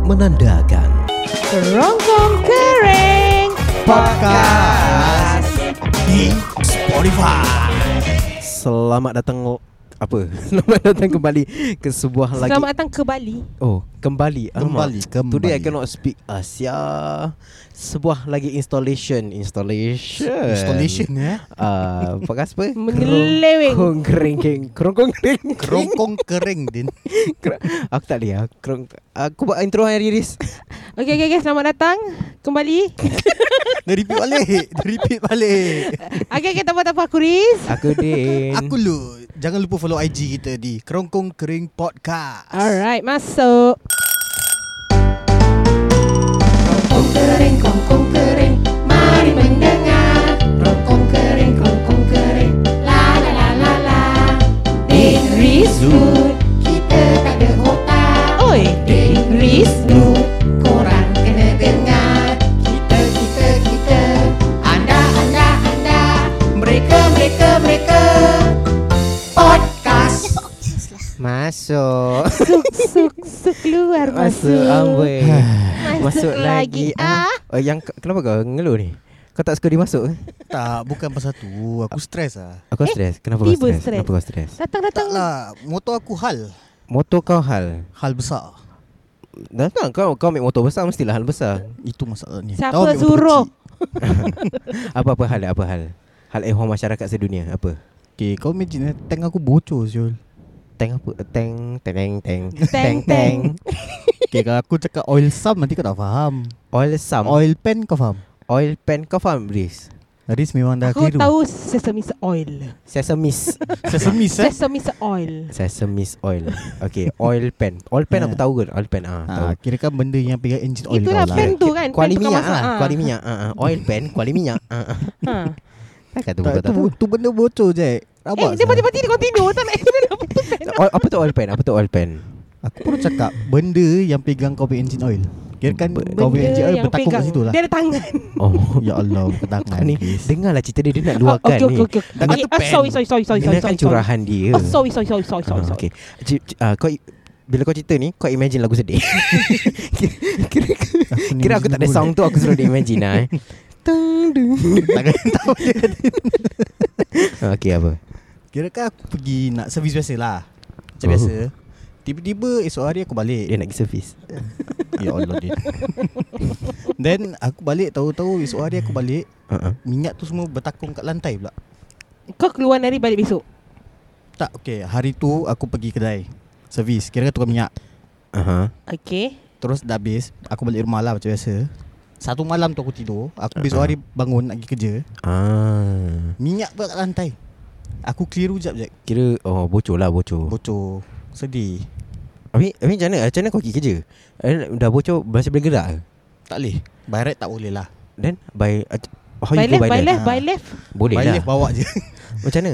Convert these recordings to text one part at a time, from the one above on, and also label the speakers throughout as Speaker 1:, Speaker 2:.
Speaker 1: menandakan
Speaker 2: Kerongkong kering
Speaker 1: podcast di Spotify. Selamat datang apa? Selamat datang kembali ke sebuah lagi
Speaker 2: Selamat datang ke Bali
Speaker 1: Oh, kembali.
Speaker 3: Kembali,
Speaker 1: Alamak.
Speaker 3: kembali.
Speaker 1: Today I cannot speak Asia. Sebuah lagi installation, installation.
Speaker 3: Installation ya.
Speaker 1: Ah, uh, podcast apa?
Speaker 2: Mengeleweng.
Speaker 1: Kerongkong kering kering. Kerongkong kering. kering.
Speaker 3: Kerongkong kering din.
Speaker 1: Kerong- Aku tak boleh ah. Kerong aku buat intro hari Riris.
Speaker 2: Okay, okay, okay, selamat datang Kembali
Speaker 3: Dia repeat balik. Dia repeat balik.
Speaker 2: Okay, okay, tak apa, tak apa, aku Riz
Speaker 1: Aku Din.
Speaker 3: Aku lu. Jangan lupa follow IG kita di Kerongkong Kering Podcast.
Speaker 2: Alright, masuk
Speaker 4: Kongkong kering, kongkong kering, mari mendengar. Kongkong kering, kongkong kering, la la la la la. Ding Rizwood, kita tak ada otak.
Speaker 2: Oi,
Speaker 4: Ding Rizwood, korang kena dengar. Kita, kita, kita, anda, anda, anda. Mereka, mereka, mereka. Podcast.
Speaker 1: Masuk.
Speaker 2: suk, suk, suk, keluar, masuk
Speaker 1: Masuk amboi.
Speaker 2: Masuk lagi, ah.
Speaker 1: Oh, yang k- kenapa kau ngeluh ni? Kau tak suka dimasuk ke?
Speaker 3: Tak, bukan pasal tu. Aku stres lah.
Speaker 1: Aku
Speaker 2: Eh,
Speaker 1: stres. Kenapa kau
Speaker 2: tiba
Speaker 1: stres?
Speaker 2: stres.
Speaker 1: Kenapa kau stres?
Speaker 2: Datang, datang
Speaker 3: Tak lah. Motor aku hal.
Speaker 1: Motor kau hal.
Speaker 3: Hal besar.
Speaker 1: Dah tak kau kau ambil motor besar mestilah hal besar.
Speaker 3: Itu masalahnya.
Speaker 2: Siapa
Speaker 3: Tahu ambil motor
Speaker 2: suruh?
Speaker 3: kecil.
Speaker 1: Apa-apa hal apa hal? Hal ehwal masyarakat sedunia apa?
Speaker 3: Okay, kau imagine eh, tank aku bocor Syul.
Speaker 1: Tank apa? Tank Tank Tank Tank
Speaker 2: Tank,
Speaker 1: tank.
Speaker 3: Okay, kalau aku cakap oil sum nanti kau tak faham.
Speaker 1: Oil sum Oil,
Speaker 3: Oil pan kau faham?
Speaker 1: oil pan Kau faham Riz?
Speaker 3: Riz memang dah
Speaker 2: Aku
Speaker 3: keliru.
Speaker 2: tahu sesame oil
Speaker 1: Sesame
Speaker 3: Sesame seeds.
Speaker 2: Sesame oil
Speaker 1: Sesame oil Okay Oil pan Oil pan
Speaker 2: Eh.
Speaker 3: Yeah.
Speaker 1: aku tahu kan Oil pan ah, tahu.
Speaker 3: Ha, kira kan benda yang pegang engine oil
Speaker 2: Itulah
Speaker 3: kau
Speaker 2: pan
Speaker 3: lah.
Speaker 2: tu kan
Speaker 1: Kuali
Speaker 2: pan tukang
Speaker 1: minyak
Speaker 2: masak,
Speaker 1: lah
Speaker 2: ah.
Speaker 1: Kuali minyak ah, ah. Oil pan Kuali minyak ah, ah.
Speaker 2: ha.
Speaker 1: Takkan tu
Speaker 3: Tak,
Speaker 1: kau tak
Speaker 3: tu,
Speaker 1: tahu
Speaker 3: tu benda bocor je.
Speaker 2: Eh,
Speaker 3: Rabak.
Speaker 2: dia
Speaker 3: sah.
Speaker 2: pati-pati dia kau tidur Tak nak apa tu pan
Speaker 1: Oil- Oh, Apa tu oil pan? Apa tu oil pan?
Speaker 3: Aku baru cakap benda yang pegang kau punya engine oil. Kira kan
Speaker 1: Benda
Speaker 3: kau punya engine oil
Speaker 2: yang
Speaker 3: bertakung kat
Speaker 2: pegang.
Speaker 3: situ lah.
Speaker 2: Dia ada tangan
Speaker 1: Oh
Speaker 3: Ya Allah, bertakung
Speaker 1: Ni dengarlah cerita dia Dia nak
Speaker 2: Oh,
Speaker 1: luahkan
Speaker 2: okay,
Speaker 1: ni
Speaker 2: okay, okay.
Speaker 3: Tangan
Speaker 2: okay.
Speaker 3: tu
Speaker 2: ah,
Speaker 3: pen.
Speaker 2: sorry, sorry, sorry, sorry,
Speaker 1: Ini
Speaker 2: sorry,
Speaker 1: kan
Speaker 2: sorry,
Speaker 1: curahan dia
Speaker 2: Oh, sorry, sorry, sorry, sorry, sorry,
Speaker 1: Ah,
Speaker 2: sorry.
Speaker 1: Okay. Ci- ci- ah, kau i- bila kau cerita ni kau imagine lagu sedih. kira, kira, kira aku tak ada sound tu aku suruh dia imagine lah eh. Tung dung.
Speaker 3: Takkan tahu dia.
Speaker 1: Ah, Okay apa?
Speaker 3: Kira kan aku pergi nak servis biasa lah. Macam
Speaker 1: Oh.
Speaker 3: biasa. Tiba-tiba esok hari aku
Speaker 1: Dia
Speaker 3: balik.
Speaker 1: nak pergi servis.
Speaker 3: Ya Allah dia. Then aku balik tahu-tahu esok hari aku balik,
Speaker 1: Uh-uh.
Speaker 3: minyak tu semua bertakung kat lantai pula.
Speaker 2: Kau keluar dari balik besok.
Speaker 3: Tak, okay. Hari tu aku pergi kedai servis. Kira kan tukar minyak.
Speaker 1: Uh-huh.
Speaker 2: Okay.
Speaker 3: Terus dah habis Aku balik rumah lah macam biasa Satu malam tu aku tidur Aku besok
Speaker 1: Ah.
Speaker 3: hari bangun nak pergi kerja
Speaker 1: Ah.
Speaker 3: Minyak pula kat lantai Aku keliru jap Jack
Speaker 1: Kira oh bocor lah bocor.
Speaker 3: Bocor Sedih
Speaker 1: Abi abi macam mana? Macam mana kau pergi kerja? Eh, dah bocor masih boleh gerak ke?
Speaker 3: Tak boleh By right tak boleh lah
Speaker 1: Then by uh, how
Speaker 2: By
Speaker 1: you go
Speaker 2: left,
Speaker 1: by
Speaker 2: by
Speaker 1: left?
Speaker 2: left, by
Speaker 3: Ah.
Speaker 2: left.
Speaker 1: Boleh
Speaker 3: By
Speaker 1: lah.
Speaker 3: left bawa je
Speaker 1: Macam mana?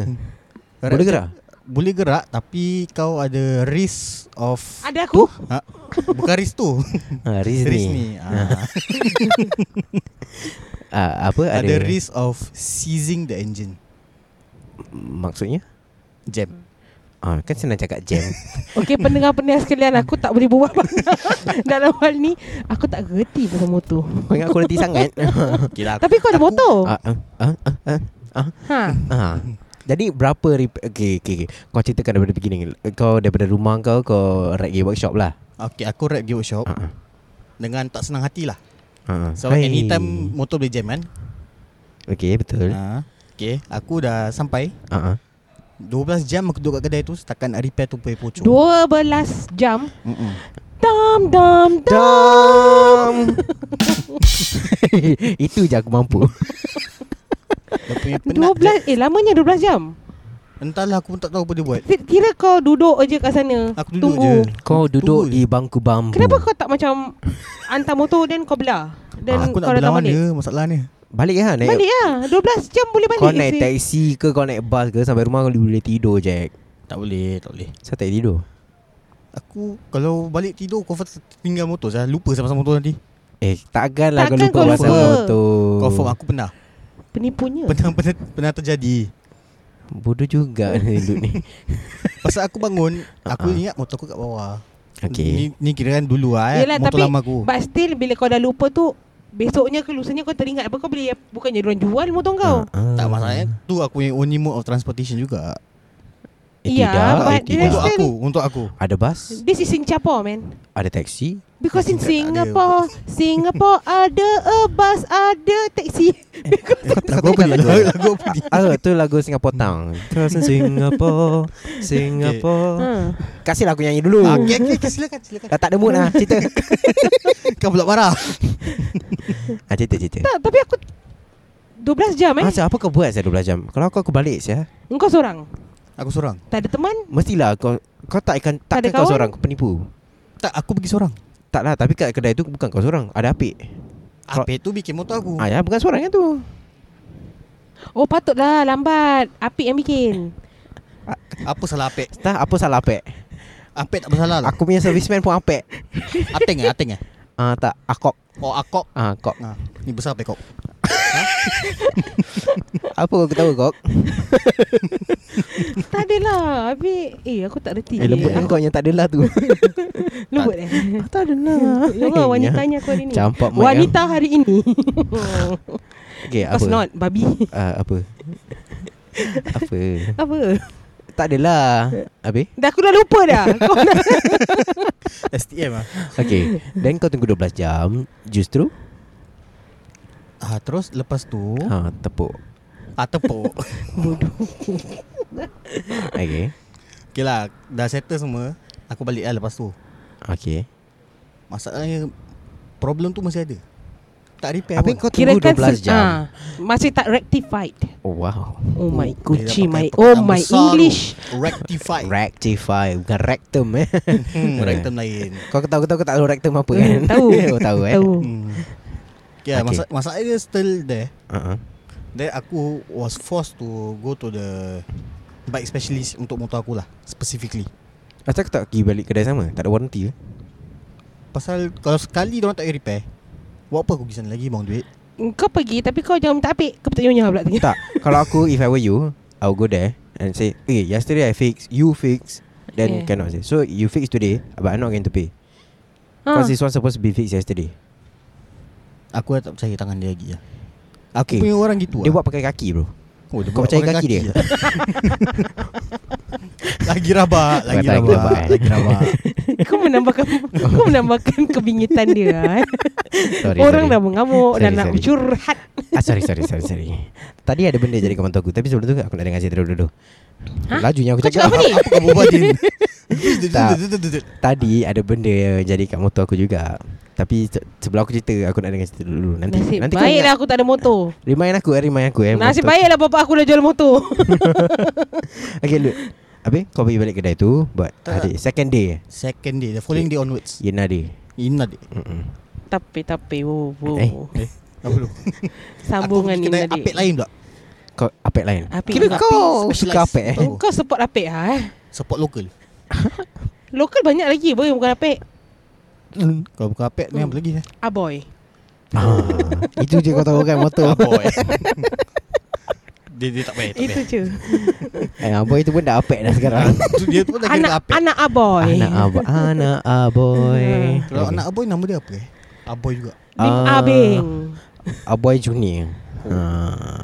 Speaker 3: By
Speaker 1: Boleh
Speaker 3: right
Speaker 1: gerak?
Speaker 3: macam- Boleh gerak Tapi kau ada risk of
Speaker 2: Ada aku.
Speaker 3: ha? Bukan risk tu
Speaker 1: Ha, Riz
Speaker 3: Risk
Speaker 1: ni.
Speaker 3: ni ha.
Speaker 1: Ah, apa ada?
Speaker 3: Ada risk of Seizing the engine
Speaker 1: Maksudnya?
Speaker 3: Jam
Speaker 1: Ah, kan senang cakap jam.
Speaker 2: Okay, pendengar-pendengar sekalian aku tak boleh buat banyak dalam hal ni. Aku tak gerti pasal motor.
Speaker 1: Kau ingat aku nanti sangat
Speaker 3: Kira
Speaker 2: Tapi kau ada motor.
Speaker 1: ah, ah, ah, ah, ah, ah,
Speaker 2: Ha.
Speaker 1: ah. Jadi berapa rep- okay, okay, okay. Kau ceritakan daripada beginning Kau daripada rumah kau Kau ride gear workshop lah
Speaker 3: Okay aku rap di workshop
Speaker 1: Ah, ah.
Speaker 3: Dengan tak senang hati lah
Speaker 1: Ah, ah.
Speaker 3: So
Speaker 1: Hai.
Speaker 3: anytime motor boleh jam kan
Speaker 1: Okay betul
Speaker 3: Ha. Okay, aku dah sampai.
Speaker 1: Ah, ah.
Speaker 3: 12 jam aku duduk kat kedai tu setakat nak repair tu punya pocong.
Speaker 2: 12 jam.
Speaker 3: Mm-mm.
Speaker 2: Dam, dam, dam.
Speaker 1: Dam Itu je aku mampu
Speaker 3: Dia punya penat.
Speaker 2: 12 eh lamanya 12 jam.
Speaker 3: Entahlah aku pun tak tahu apa dia buat.
Speaker 2: Kira kau duduk aje kat sana.
Speaker 3: Aku duduk
Speaker 2: tunggu.
Speaker 3: je.
Speaker 1: Kau duduk
Speaker 3: Betul.
Speaker 1: di bangku bambu
Speaker 2: Kenapa kau tak macam hantar motor dan kau belah? Dan
Speaker 3: Ah, aku
Speaker 2: kau datang
Speaker 3: nak berlawan
Speaker 2: balik.
Speaker 3: dia masalahnya.
Speaker 1: Balik lah naik
Speaker 2: Balik lah 12 jam boleh balik
Speaker 1: Kau naik
Speaker 2: sih.
Speaker 1: taksi ke Kau naik bas ke Sampai rumah kau boleh tidur Jack
Speaker 3: Tak boleh, tak boleh.
Speaker 1: Saya tak tidur
Speaker 3: Aku kalau balik tidur kau tinggal motor saya lupa sama sama motor nanti.
Speaker 1: Eh takkan lah
Speaker 2: Takkan
Speaker 1: kau
Speaker 2: kau
Speaker 1: lupa pasal
Speaker 2: lupa.
Speaker 1: motor
Speaker 3: Confirm aku pernah.
Speaker 2: Penipunya
Speaker 3: Pernah pernah, pernah terjadi.
Speaker 1: Bodoh juga ni hidup ni
Speaker 3: Pasal aku bangun, aku
Speaker 1: Ah.
Speaker 3: ingat motor aku kat bawah. Ni,
Speaker 1: Okay
Speaker 3: ni kira kan dulu lah eh.
Speaker 2: Yelah,
Speaker 3: Motor
Speaker 2: tapi-
Speaker 3: lama aku.
Speaker 2: But still bila kau dah lupa tu Besoknya ke lusanya kau teringat apa kau boleh Bukannya diorang jual motor kau
Speaker 1: Ah, ah.
Speaker 3: Tak masalahnya tu aku yang only mode of transportation juga.
Speaker 1: Eh,
Speaker 2: Ya,
Speaker 1: tidak,
Speaker 2: but
Speaker 1: eh, tidak.
Speaker 3: Untuk
Speaker 2: Still-
Speaker 3: aku, untuk aku.
Speaker 1: Ada bas
Speaker 2: This is Singapore man
Speaker 1: Ada taksi
Speaker 2: Because in
Speaker 3: Tingkat tak ada
Speaker 2: Singapore Singapore ada a bus Ada taxi
Speaker 1: Kau bukan lagu
Speaker 3: Lagu apa ni?
Speaker 1: Ah, tu lagu Singapore Town Terus Singapore Singapore
Speaker 2: ha.
Speaker 1: Kasih lah aku nyanyi dulu
Speaker 3: Ah, Okay, okay, okay, silakan, silakan.
Speaker 1: Dah tak ada mood lah Cerita
Speaker 3: Kau pula marah.
Speaker 1: ah, Cerita cerita
Speaker 2: Tak tapi aku 12 jam eh
Speaker 1: Ah, Sia, apa kau buat saya 12 jam Kalau aku aku balik saya
Speaker 2: Engkau seorang
Speaker 3: Aku seorang.
Speaker 2: Tak ada teman
Speaker 1: Mestilah kau Kau tak akan
Speaker 2: Tak
Speaker 1: Takkan
Speaker 2: ada
Speaker 1: kau
Speaker 2: kawan?
Speaker 1: seorang Kau penipu
Speaker 3: Tak, aku pergi seorang.
Speaker 1: Tak lah Tapi kat kedai tu Bukan kau seorang Ada apik Kau-
Speaker 3: Apa tu bikin motor aku?
Speaker 1: Ah, ya, bukan seorang kan tu
Speaker 2: Oh patutlah lambat Apik yang bikin
Speaker 3: Apa salah Apek?
Speaker 1: Tak apa salah apik
Speaker 3: Apek tak bersalah lah.
Speaker 1: Aku punya serviceman pun apik
Speaker 3: Ateng eh, ateng eh.
Speaker 1: Ah, tak Akok
Speaker 3: Oh, akok.
Speaker 1: Ah, kok
Speaker 3: Nah, ni besar Apek kok.
Speaker 1: Apa kau tahu kok
Speaker 2: Tak adalah Apik Eh aku tak reti
Speaker 1: Eh, lembut
Speaker 2: Aku-
Speaker 1: kan kau yang tak adalah tu
Speaker 2: Lembut eh
Speaker 1: Tak lah. adalah
Speaker 2: Ya Allah wanitanya aku hari ni
Speaker 1: Campak mic,
Speaker 2: Wanita hari ini
Speaker 1: Okay,
Speaker 2: Of
Speaker 1: apa
Speaker 2: course not Babi
Speaker 1: Ah, Apa Apa
Speaker 2: Apa
Speaker 1: Tak adalah Habis
Speaker 2: Dah aku dah lupa dah Kau dah
Speaker 3: STM ah.
Speaker 1: Okay Then kau tunggu 12 jam Justru
Speaker 3: Ah, terus lepas tu,
Speaker 1: ha, Tepuk
Speaker 3: ah tepuk.
Speaker 2: Bodoh
Speaker 1: Okay
Speaker 3: Okay lah, dah settle semua. Aku balik lah lepas tu.
Speaker 1: Okay
Speaker 3: Masalahnya, problem tu masih ada. Tak repair
Speaker 1: Habis
Speaker 3: pun.
Speaker 1: kau tunggu 12 jam
Speaker 2: Ah, Masih tak rectified
Speaker 1: Ah. oh, Wow
Speaker 2: Oh my Gucci
Speaker 3: Dia dah
Speaker 2: my Oh
Speaker 3: pakai perkataan
Speaker 2: my
Speaker 3: besar tu.
Speaker 2: English
Speaker 3: Rectify
Speaker 1: Rectify Bukan rectum eh
Speaker 3: hmm, Rectum lain
Speaker 1: Kau tahu kau tahu kau tak tahu rectum apa kan
Speaker 2: Hmm, Tahu.
Speaker 1: oh, Tahu eh
Speaker 2: Tahu
Speaker 3: hmm. Okay, okay.
Speaker 1: Okay.
Speaker 3: Masa, masalah dia still there
Speaker 1: uh-huh.
Speaker 3: Then aku was forced to go to the Bike specialist untuk motor aku lah Specifically
Speaker 1: Asal kau tak pergi balik kedai sama Tak ada warranty ke
Speaker 3: Pasal kalau sekali orang tak boleh repair Buat apa aku pergi sana lagi bang duit
Speaker 2: Kau pergi Tapi kau jangan minta apik Kau petunjuknya pula tengok
Speaker 1: Tak Kalau aku If I were you I would go there And say Okay yesterday I fix You fix Then
Speaker 2: Yeah.
Speaker 1: cannot say So you fix today But I'm not going to pay
Speaker 2: ha.
Speaker 1: Because this one supposed to be fixed yesterday
Speaker 3: Aku dah tak percaya tangan dia lagi lah Aku
Speaker 1: Okay.
Speaker 3: punya orang gitu
Speaker 1: Dia
Speaker 3: lah
Speaker 1: buat pakai kaki bro
Speaker 3: oh, dia
Speaker 1: kau
Speaker 3: buat
Speaker 1: percaya
Speaker 3: pakai
Speaker 1: kaki dia?
Speaker 3: lah. lagi rabak
Speaker 1: Buat lagi
Speaker 3: Lagi rabak
Speaker 1: rabak, eh.
Speaker 3: Lagi rabak
Speaker 2: Kau menambahkan Kau menambahkan kebingitan dia eh.
Speaker 1: Sorry
Speaker 2: Orang
Speaker 1: sorry.
Speaker 2: dah mengamuk Dan
Speaker 1: Sorry,
Speaker 2: nak
Speaker 1: sorry.
Speaker 2: curhat
Speaker 1: Ah, sorry, sorry, sorry, sorry. Tadi ada benda jadi kat mata aku. Tapi sebelum tu aku nak dengar cerita dulu. Ha? Lajunya aku
Speaker 2: Kau
Speaker 1: cakap.
Speaker 2: cakap apa ni
Speaker 3: Apa kau berbual Din?
Speaker 1: Tak. Tadi ada benda yang jadi kat motor aku juga. Tapi se- sebelum aku cerita, aku nak dengar cerita dulu. Nanti
Speaker 2: Nasib
Speaker 1: nanti kau
Speaker 2: baiklah
Speaker 1: ingat.
Speaker 2: aku tak ada motor
Speaker 1: Remind aku, eh, remind aku eh.
Speaker 2: Nasib
Speaker 1: motor-
Speaker 2: baiklah bapak aku dah jual motor
Speaker 1: Okay, look. Habis kau pergi balik kedai tu buat
Speaker 3: Tak.
Speaker 1: hari second day. eh?
Speaker 3: Second day The following day onwards
Speaker 1: Yena day.
Speaker 3: Inna day
Speaker 1: Mm-mm.
Speaker 2: Tapi tapi wo, wo.
Speaker 1: Eh.
Speaker 3: Eh Apa dulu
Speaker 2: Sambungan ni
Speaker 3: Aku pergi kedai
Speaker 2: tadi.
Speaker 3: Apek lain pula
Speaker 1: Kau apek lain.
Speaker 2: Apek
Speaker 1: Kira
Speaker 2: juga.
Speaker 1: kau suka
Speaker 3: Apek specialised.
Speaker 1: apek eh.
Speaker 3: Tahu.
Speaker 2: Kau support apek ha eh?
Speaker 3: Support lokal
Speaker 2: Lokal banyak lagi boleh bukan apek.
Speaker 1: Hmm.
Speaker 3: Kalau bukan apek ni apa lagi eh?
Speaker 2: Aboy.
Speaker 1: Ah, itu je kau tahu kan motor.
Speaker 3: Aboy Dia, dia tak payah, tak
Speaker 2: Itu
Speaker 3: payah. Ah,
Speaker 2: je.
Speaker 1: eh, abang itu pun dah apek dah sekarang.
Speaker 3: Tu dia tu pun dah kira
Speaker 2: Anak
Speaker 3: apek
Speaker 2: anak aboy.
Speaker 1: Anak abang, anak aboy.
Speaker 3: Kalau
Speaker 1: Okay.
Speaker 3: anak aboy nama dia apa eh? Aboy juga
Speaker 2: Ning
Speaker 1: Ah.
Speaker 2: abeng.
Speaker 1: Aboy Junior.
Speaker 3: Oh.
Speaker 1: Ha.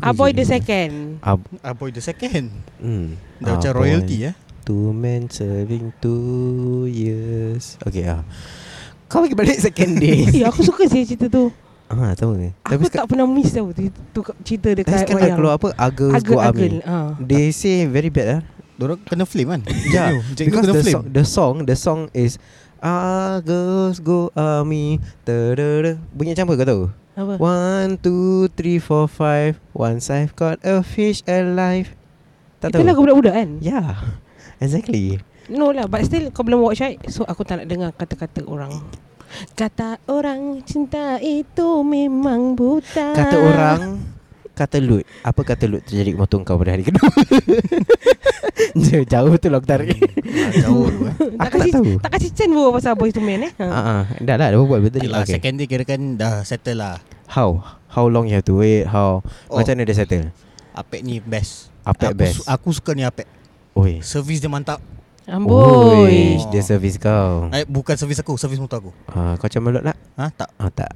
Speaker 1: Ah.
Speaker 2: Aboy the second.
Speaker 1: Ab
Speaker 3: Aboy Ah, the second
Speaker 1: hmm.
Speaker 3: Dah macam
Speaker 1: Aboy.
Speaker 3: royalty eh
Speaker 1: Two men serving two years. Okay ah. Kau pergi balik second day.
Speaker 2: Eh aku suka sih cerita tu.
Speaker 1: ah, tahu ke? Tapi
Speaker 2: Aku
Speaker 1: sekarang
Speaker 2: tak oh, ya. pernah miss tau tu, tu kat- cerita
Speaker 1: tapi
Speaker 2: dekat
Speaker 1: sekarang dah keluar apa? Agel
Speaker 2: Agel
Speaker 1: Go
Speaker 2: agel.
Speaker 1: Army.
Speaker 2: Ha.
Speaker 1: They say very bad ah.
Speaker 3: Diorang kena flame kan
Speaker 1: Yeah,
Speaker 3: Jack Neo
Speaker 1: because
Speaker 3: kena
Speaker 1: the
Speaker 3: flame Hmm,
Speaker 1: song, the song, the song is Ah, girls go army Tadada. Bunyi macam apa kau tahu?
Speaker 2: Apa?
Speaker 1: One, two, three, four, five Once I've got a fish alive Tak
Speaker 2: Itu
Speaker 1: tahu? Ya.
Speaker 2: lagu budak-budak kan?
Speaker 1: Yeah Exactly
Speaker 2: No lah But still kau belum watch right So aku tak nak dengar kata-kata orang Kata orang cinta itu memang buta
Speaker 1: Kata orang Kata Lut Apa kata Lut terjadi kat motor kau pada hari kedua Jauh, jauh tu lah aku tarik
Speaker 3: Ah, Jauh tu eh
Speaker 2: tak
Speaker 1: Aku tak
Speaker 2: kasih,
Speaker 1: tahu.
Speaker 2: Tak kasih chance pun pasal Boys to Men eh ha.
Speaker 1: Ah, ah, Dah lah dah buat betul ni
Speaker 3: Yelah,
Speaker 1: okay.
Speaker 3: Second day kira kan dah settle lah
Speaker 1: How How long you have to wait How
Speaker 3: Oh.
Speaker 1: Macam mana dia settle
Speaker 3: Apek ni best
Speaker 1: Apek
Speaker 3: aku,
Speaker 1: best.
Speaker 3: su- Aku suka ni Apek
Speaker 1: Oi
Speaker 3: Servis dia mantap
Speaker 2: Amboi.
Speaker 1: Uish, Dia servis kau
Speaker 3: Eh, bukan servis aku, servis motor aku.
Speaker 1: ah, Kau macam mulut nak?
Speaker 3: Ha, tak.
Speaker 1: Ah, tak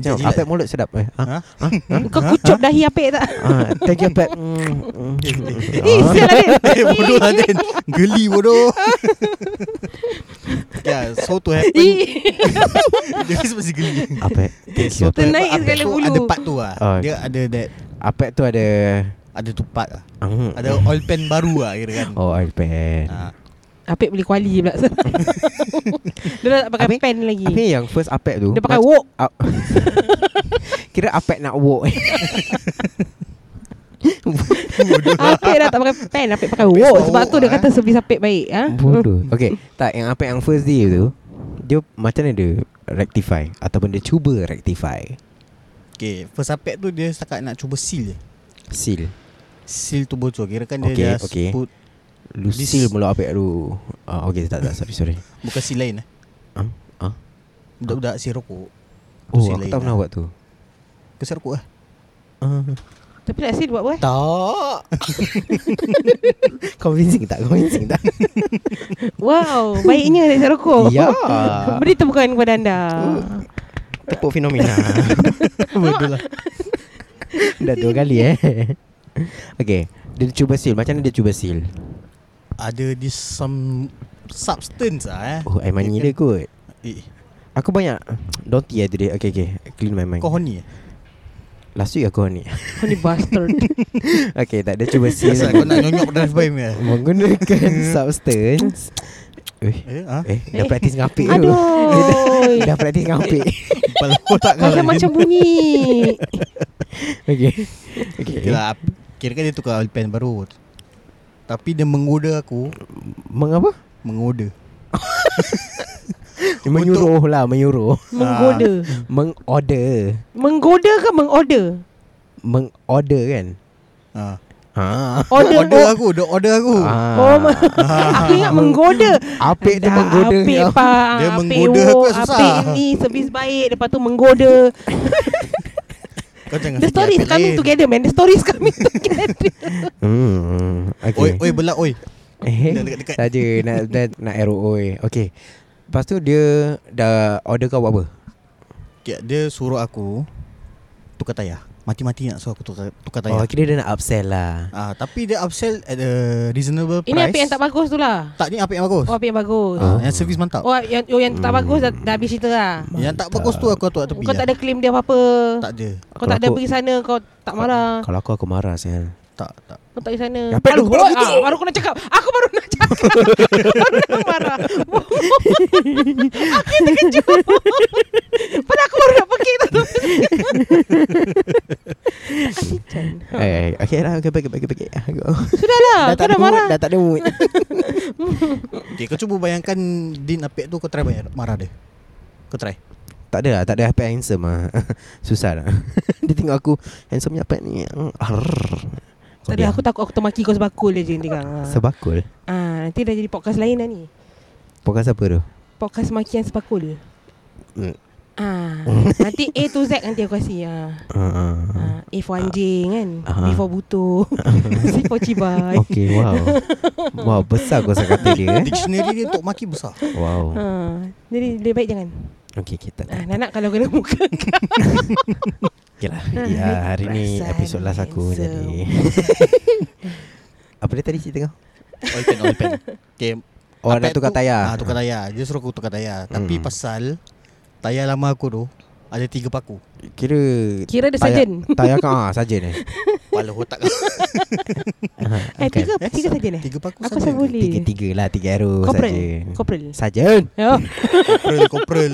Speaker 1: Jom,
Speaker 3: Jilat-jilat.
Speaker 1: apek mulut sedap eh. ah,
Speaker 3: Ha?
Speaker 2: Kau kucup dahi apek tak?
Speaker 1: ah, Thank you apek mm, mm.
Speaker 2: Eh, sial lah Din.
Speaker 3: Eh, bodoh lah Din. Geli bodoh. yeah, so to happen.
Speaker 1: eh,
Speaker 2: Ih.
Speaker 3: Dia mesti geli.
Speaker 1: Apek
Speaker 3: Okay,
Speaker 1: Thank you
Speaker 3: so to
Speaker 2: Ternaik
Speaker 3: happen,
Speaker 2: segala
Speaker 3: apek tu
Speaker 2: bulu.
Speaker 3: Ada part tu lah.
Speaker 1: Oh.
Speaker 3: Dia ada that
Speaker 1: Apek tu ada
Speaker 3: ada tu part lah.
Speaker 1: mm.
Speaker 3: Ada oil pan baru lah kira kan.
Speaker 1: Oh oil pen
Speaker 3: Ha.
Speaker 2: Apek beli kuali pula Dia dah tak pakai
Speaker 1: Apek?
Speaker 2: pen lagi
Speaker 1: Tapi yang first apek tu
Speaker 2: Dia pakai
Speaker 1: mac-
Speaker 2: wok
Speaker 1: a- Kira apek nak eh? walk
Speaker 2: Apek dah tak pakai pen Apek pakai wok Sebab
Speaker 3: wok,
Speaker 2: tu dia
Speaker 3: eh.
Speaker 2: kata servis apek baik ha?
Speaker 1: Bodoh Okay Tak yang apek yang first dia tu Dia macam mana dia rectify Ataupun dia cuba rectify
Speaker 3: Okay, first apek tu dia setakat nak cuba seal je.
Speaker 1: Seal
Speaker 3: Seal tu bocor. Kira kan dia
Speaker 1: Okay,
Speaker 3: just
Speaker 1: okay.
Speaker 3: put
Speaker 1: Lu
Speaker 3: This-
Speaker 1: seal mulut apek tu ah, Okay tak tak sorry sorry
Speaker 3: bukan seal lain eh.
Speaker 1: ah, ah.
Speaker 3: Budak-budak seal rokok. Tu
Speaker 1: Oh
Speaker 3: seal
Speaker 1: aku
Speaker 3: lain
Speaker 1: tak pernah
Speaker 3: lah.
Speaker 1: buat tu
Speaker 3: Kau seal rokok lah.
Speaker 1: Ah.
Speaker 2: Tapi nak sil buat apa eh?
Speaker 3: Tak.
Speaker 1: Convincing tak Convincing tak
Speaker 2: Wow Baiknya dia tak rokok
Speaker 1: Ya.
Speaker 2: Beri temukan kepada anda
Speaker 1: Tepuk fenomena Betul lah Dah dua kali eh Okay Dia cuba seal Macam mana dia cuba seal
Speaker 3: Ada this some substance lah eh.
Speaker 1: Oh air mani dia kot
Speaker 3: Eh,
Speaker 1: Aku banyak Donti lah today Okay okay Clean my mind
Speaker 3: kau horny eh?
Speaker 1: Last week aku horny
Speaker 2: Kau ni bastard
Speaker 1: Okay tak Dia cuba seal
Speaker 3: Biasa kau nak nyonyok drive by me eh?
Speaker 1: Menggunakan substance Eh,
Speaker 3: Eh, ha?
Speaker 1: eh dah praktis ngapik tu
Speaker 2: Aduh
Speaker 1: Dah praktis ngapik
Speaker 3: Kepala otak kau
Speaker 2: Macam macam bunyi
Speaker 1: Okay Okay
Speaker 3: Kira, kira kan dia tukar oil pan baru Tapi dia mengoda aku
Speaker 1: Mengapa?
Speaker 3: Mengoda
Speaker 1: Menyuruh lah Menyuruh
Speaker 2: Menggoda
Speaker 1: Mengorder
Speaker 2: Menggoda ke mengorder?
Speaker 1: Mengorder kan
Speaker 3: ha.
Speaker 1: Ah.
Speaker 2: Order,
Speaker 3: Order aku Dia order aku
Speaker 2: Oh, ma- aku ingat menggoda.
Speaker 1: Apek Ah. tu Ha. menggoda
Speaker 2: apik,
Speaker 1: kau.
Speaker 2: Pa,
Speaker 3: Dia
Speaker 2: apik wo,
Speaker 3: menggoda aku yang susah.
Speaker 2: Apik ni servis baik lepas tu menggoda.
Speaker 3: Kau jangan
Speaker 2: The story is coming together man. The story is coming together.
Speaker 1: Hmm.
Speaker 3: Oi,
Speaker 1: Okay.
Speaker 3: oi belak oi
Speaker 1: Eh,
Speaker 3: Dah dekat-dekat.
Speaker 1: saja nak dah, nak arrow oi. Okay. Lepas tu dia dah order kau buat apa?
Speaker 3: okay, Dia suruh aku Tukar tayar Mati-mati nak suruh aku tukar, tukar
Speaker 1: Oh,
Speaker 3: tayar
Speaker 1: kira dia nak upsell lah.
Speaker 3: Ah, Tapi dia upsell at a reasonable
Speaker 2: Ini
Speaker 3: price
Speaker 2: apik yang tak bagus tu lah.
Speaker 3: Tak ni apik yang bagus
Speaker 2: Oh, apik yang bagus.
Speaker 3: Ah, Yang servis mantap
Speaker 2: Oh, yang, oh, yang tak bagus dah, dah habis cerita lah.
Speaker 3: Yang tak bagus tu aku atuk tepi
Speaker 2: Kau tak
Speaker 3: lah.
Speaker 2: ada claim dia apa-apa.
Speaker 3: Tak ada
Speaker 2: Kau tak ada
Speaker 1: Kalau aku-
Speaker 2: pergi sana kau tak marah.
Speaker 1: Kalau Ya, aku aku marah saya.
Speaker 3: Tak tak
Speaker 2: Kau tak pergi sana.
Speaker 1: Apik
Speaker 2: Baru
Speaker 1: tu,
Speaker 2: baru,
Speaker 1: apik tu.
Speaker 2: ah, baru aku nak cakap. Aku baru nak cakap. baru nak marah. Apik terkejut. Padahal aku baru nak pergi tu. Asican.
Speaker 1: Eh, okay lah, okay, pergi, pergi, pergi. Aku- dah
Speaker 2: Sudahlah, kau
Speaker 1: tak ada
Speaker 2: dah
Speaker 1: mood,
Speaker 2: marah.
Speaker 1: dah tak ada mood.
Speaker 3: Okay kau cuba bayangkan Din apik tu kau try bayar, marah dia Kau try
Speaker 2: Eh?
Speaker 1: tak ada lah, tak ada apa yang handsome lah. Susah lah. dia tengok aku, handsome ni apa ni? Arrrr. Kau
Speaker 2: Tak ada,
Speaker 1: diam.
Speaker 2: aku takut aku termaki kau sebakul dia je nanti kang. Ah.
Speaker 1: Sebakul?
Speaker 2: ah, nanti dah jadi podcast lain dah ni.
Speaker 1: Podcast apa tu?
Speaker 2: Podcast makian sebakul.
Speaker 1: Hmm.
Speaker 2: Ah, nanti A to Z nanti aku kasi. Ah.
Speaker 1: Ah, ah.
Speaker 2: Ah, A for anjing kan
Speaker 1: Aha.
Speaker 2: B for butuh C for cibai
Speaker 1: Okay, wow. wow, besar kau kata dia eh.
Speaker 3: Dictionary dia untuk maki besar
Speaker 1: Wow.
Speaker 2: ha, Jadi lebih baik jangan
Speaker 1: Okay, kita
Speaker 2: ah, Nanak kalau kena muka
Speaker 1: Okay lah
Speaker 2: Ah,
Speaker 1: Ya hari ni
Speaker 2: perasaan
Speaker 1: episod last aku
Speaker 2: handsome.
Speaker 1: Jadi Apa dia tadi cerita kau?
Speaker 3: Oil pan oil pan Okay
Speaker 1: Oh nak
Speaker 3: Apek
Speaker 1: tukar
Speaker 3: tu- Ah,
Speaker 1: tayar
Speaker 3: tukar tayar. Dia suruh aku tukar tayar. Tapi
Speaker 1: Hmm.
Speaker 3: pasal tayar lama aku tu ada tiga paku.
Speaker 1: Kira
Speaker 2: Kira dia
Speaker 1: tayar-
Speaker 2: surgeon
Speaker 1: Tayar kau ah, sajen eh
Speaker 3: Kepala otak
Speaker 2: Eh tiga
Speaker 3: Eh,
Speaker 2: Tiga
Speaker 3: sa-
Speaker 2: saja ni
Speaker 3: tiga paku
Speaker 2: Aku asal boleh
Speaker 1: Tiga-tiga lah Kan. Tiga arrow
Speaker 2: Corporal
Speaker 1: sajen
Speaker 2: Corporal
Speaker 1: Sajen
Speaker 2: Oh,
Speaker 3: Koprel, koprel.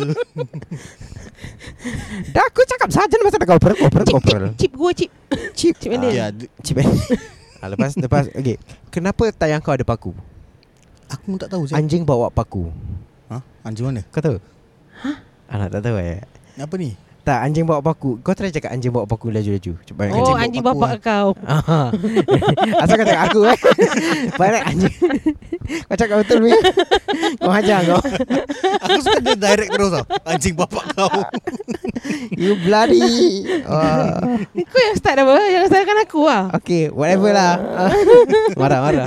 Speaker 1: Dah aku cakap sajen Masa tak corporal Corporal
Speaker 2: chip,
Speaker 1: corporal
Speaker 2: chip, chip gua chip
Speaker 1: Chip
Speaker 2: Chip
Speaker 3: Ah,
Speaker 2: mana
Speaker 3: ya, d-
Speaker 1: Chip eh. ah, Lepas lepas Okay Kenapa tayar kau ada paku?
Speaker 3: aku pun tak tahu siapa.
Speaker 1: Anjing bawa paku
Speaker 3: Ha? Anjing mana?
Speaker 1: Kau tahu? Hah? Anak tak tahu eh
Speaker 3: Apa ni?
Speaker 1: Tak anjing bawa paku Kau try cakap anjing bawa paku laju-laju Cepat
Speaker 3: Anjing
Speaker 2: Oh
Speaker 3: bawa
Speaker 2: anjing
Speaker 3: paku,
Speaker 2: bapak
Speaker 3: eh.
Speaker 2: kau
Speaker 1: Ah. Asal kau cakap aku eh Banyak anjing Kau cakap betul ni Kau hajar kau
Speaker 3: Aku suka dia direct terus tau Anjing bapak kau
Speaker 1: You bloody Ah.
Speaker 2: Kau yang start apa Yang salahkan aku lah
Speaker 1: Okay whatever lah Ah. Marah-marah